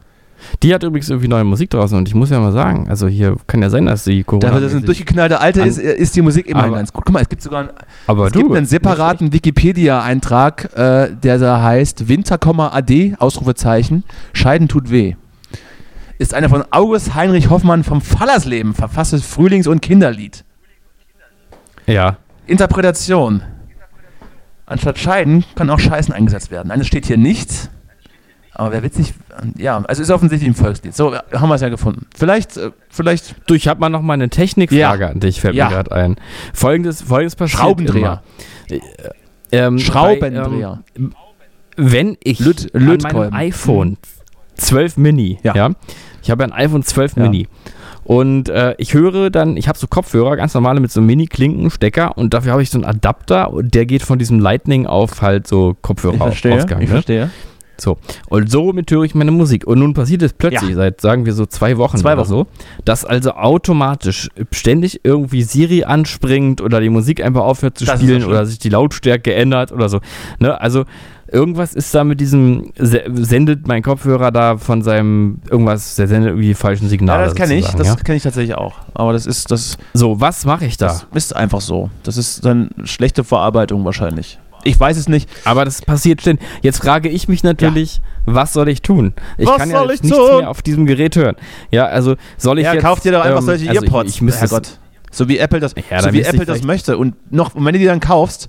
C: Die hat übrigens irgendwie neue Musik draußen und ich muss ja mal sagen, also hier kann ja sein, dass sie Corona.
D: Dafür, dass es eine durchgeknallte Alte
C: An-
D: ist, ist die Musik immerhin
C: Aber-
D: ganz gut. Guck mal, es gibt sogar einen,
C: aber
D: es
C: du,
D: gibt einen separaten Wikipedia-Eintrag, äh, der da heißt Winter, AD, Ausrufezeichen, Scheiden tut weh. Ist eine von August Heinrich Hoffmann vom Fallersleben verfasstes Frühlings- und Kinderlied.
C: Ja.
D: Interpretation. Anstatt Scheiden kann auch Scheißen eingesetzt werden. Nein, das steht hier nicht. Aber wer witzig. Ja, also ist offensichtlich ein Volkslied. So, haben wir es ja gefunden. Vielleicht, äh, vielleicht
C: Du, ich habe mal noch mal eine Technikfrage
D: Ja.
C: an dich, fällt
D: Ja.
C: mir gerade ein. Folgendes, folgendes passiert
D: Schraubendreher.
C: Immer. Ähm,
D: Schraubendreher.
C: Bei, ähm, wenn ich
D: Löt-
C: an meinem
D: Lötkolben.
C: iPhone 12 Mini, ja,
D: Mhm. Ja.
C: ich habe ja ein iPhone 12
D: Ja.
C: Mini und äh, ich höre dann, ich habe so Kopfhörer, ganz normale mit so Mini-Klinkenstecker und dafür habe ich so einen Adapter und der geht von diesem Lightning auf halt so Kopfhörerausgang. ne?
D: verstehe.
C: So. Und somit höre ich meine Musik. Und nun passiert es plötzlich
D: Ja.
C: seit, sagen wir so, zwei Wochen
D: Zwei
C: oder
D: Wochen.
C: so, dass also automatisch ständig irgendwie Siri anspringt oder die Musik einfach aufhört zu
D: Das ist
C: spielen
D: so schlimm.
C: oder sich die Lautstärke ändert oder so. Ne? Also irgendwas ist da mit diesem, se sendet mein Kopfhörer da von seinem, irgendwas, der sendet irgendwie die falschen
D: Ja,
C: Signale.
D: das kenne ich.
C: sozusagen,
D: Das
C: ja?
D: kenne ich tatsächlich auch. Aber das ist, das,
C: So, was mache ich da?
D: das ist einfach so. Das ist dann schlechte Verarbeitung wahrscheinlich. Ich weiß es nicht.
C: Aber das passiert ständig. Jetzt frage ich mich natürlich, was soll ich tun? Ich
D: Was
C: kann
D: soll
C: ja
D: ich
C: jetzt nichts
D: tun?
C: mehr auf diesem Gerät hören. Ja, also soll ich
D: ja,
C: jetzt...
D: kauft ihr doch einfach
C: ähm,
D: solche
C: also
D: Earpods.
C: Ich, ich müsste es,
D: Herrgott. So wie Apple das,
C: Ja,
D: so
C: dann müsste
D: wie
C: ich
D: Apple das
C: vielleicht-
D: möchte. Und noch, und wenn du die dann kaufst,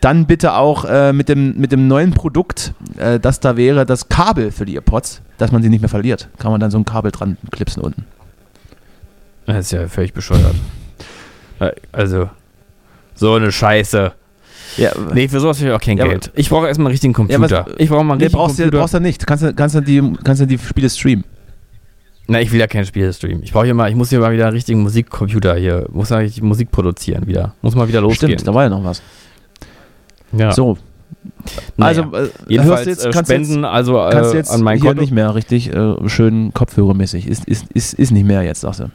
D: dann bitte auch äh, mit, dem, mit dem neuen Produkt, äh, das da wäre, das Kabel für die Earpods, dass man sie nicht mehr verliert. Kann man dann so ein Kabel dran klipsen unten.
C: Das ist ja völlig bescheuert. Äh, Also, so eine Scheiße.
D: Ja,
C: Nee, für sowas habe ich auch kein
D: Ja,
C: Geld. Ich brauche erstmal einen richtigen
D: Ja, was-
C: Computer. ich brauche mal einen
D: nee
C: richtigen
D: brauchst du
C: Computer.
D: brauchst du nicht. Kannst du kannst du die, kannst du die Spiele streamen.
C: Na, ich will ja kein Spiel streamen. Ich brauche hier mal, ich muss hier mal wieder einen richtigen Musikcomputer hier. Muss mal richtig Musik produzieren wieder. Muss mal wieder losgehen.
D: Stimmt, da war ja noch was.
C: ja.
D: So,
C: also,
D: also äh,
C: jedenfalls
D: hörst du jetzt,
C: äh,
D: kannst du jetzt-
C: spenden, also
D: kannst
C: äh,
D: jetzt
C: an mein
D: hier
C: Konto.
D: nicht mehr richtig äh, schön kopfhörermäßig. Ist, ist, ist, ist nicht mehr jetzt, sagst du.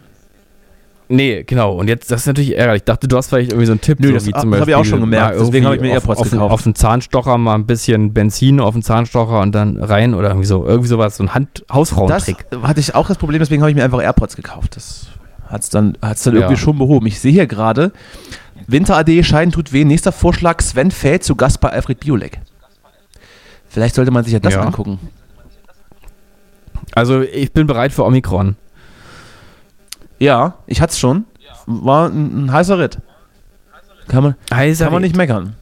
C: Nee, genau. Und jetzt, das ist natürlich ärgerlich. Ich dachte, du hast vielleicht irgendwie so einen Tipp.
D: Nö,
C: so
D: das-
C: wie
D: ah, das hab ich auch schon gemerkt.
C: mal irgendwie
D: Deswegen hab ich mir
C: auf,
D: AirPods
C: auf,
D: gekauft.
C: Auf den Zahnstocher mal ein bisschen Benzin auf den Zahnstocher und dann rein oder irgendwie so. Irgendwie sowas, so ein Hand
D: Das
C: Hausfrauentrick.
D: hatte ich auch das Problem, deswegen habe ich mir einfach AirPods gekauft. Das hat es dann, hat's dann
C: Ja.
D: irgendwie schon behoben. Ich sehe hier gerade, Winter AD scheinen tut weh. Nächster Vorschlag, Sven Feld zu Gast bei Alfred Biolek. Vielleicht sollte man sich ja das
C: Ja.
D: angucken.
C: Also, ich bin bereit für Omikron.
D: Ja, ich hatte es schon. War ein, ein heißer Ritt. Kann man,
C: Heißer
D: kann man nicht meckern.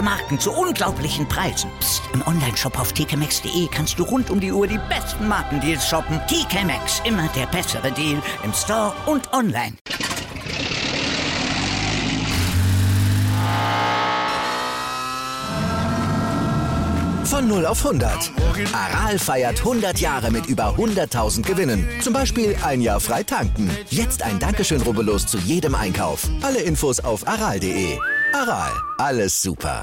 G: Marken zu unglaublichen Preisen. Psst. Im Onlineshop auf tkmaxx.de kannst du rund um die Uhr die besten Markendeals shoppen. TK Maxx, immer der bessere Deal im Store und online.
A: Von 0 auf 100. Aral feiert 100 Jahre mit über 100.000 Gewinnen. Zum Beispiel ein Jahr frei tanken. Jetzt ein Dankeschön, rubbellos zu jedem Einkauf. Alle Infos auf aral.de. Aral, alles super.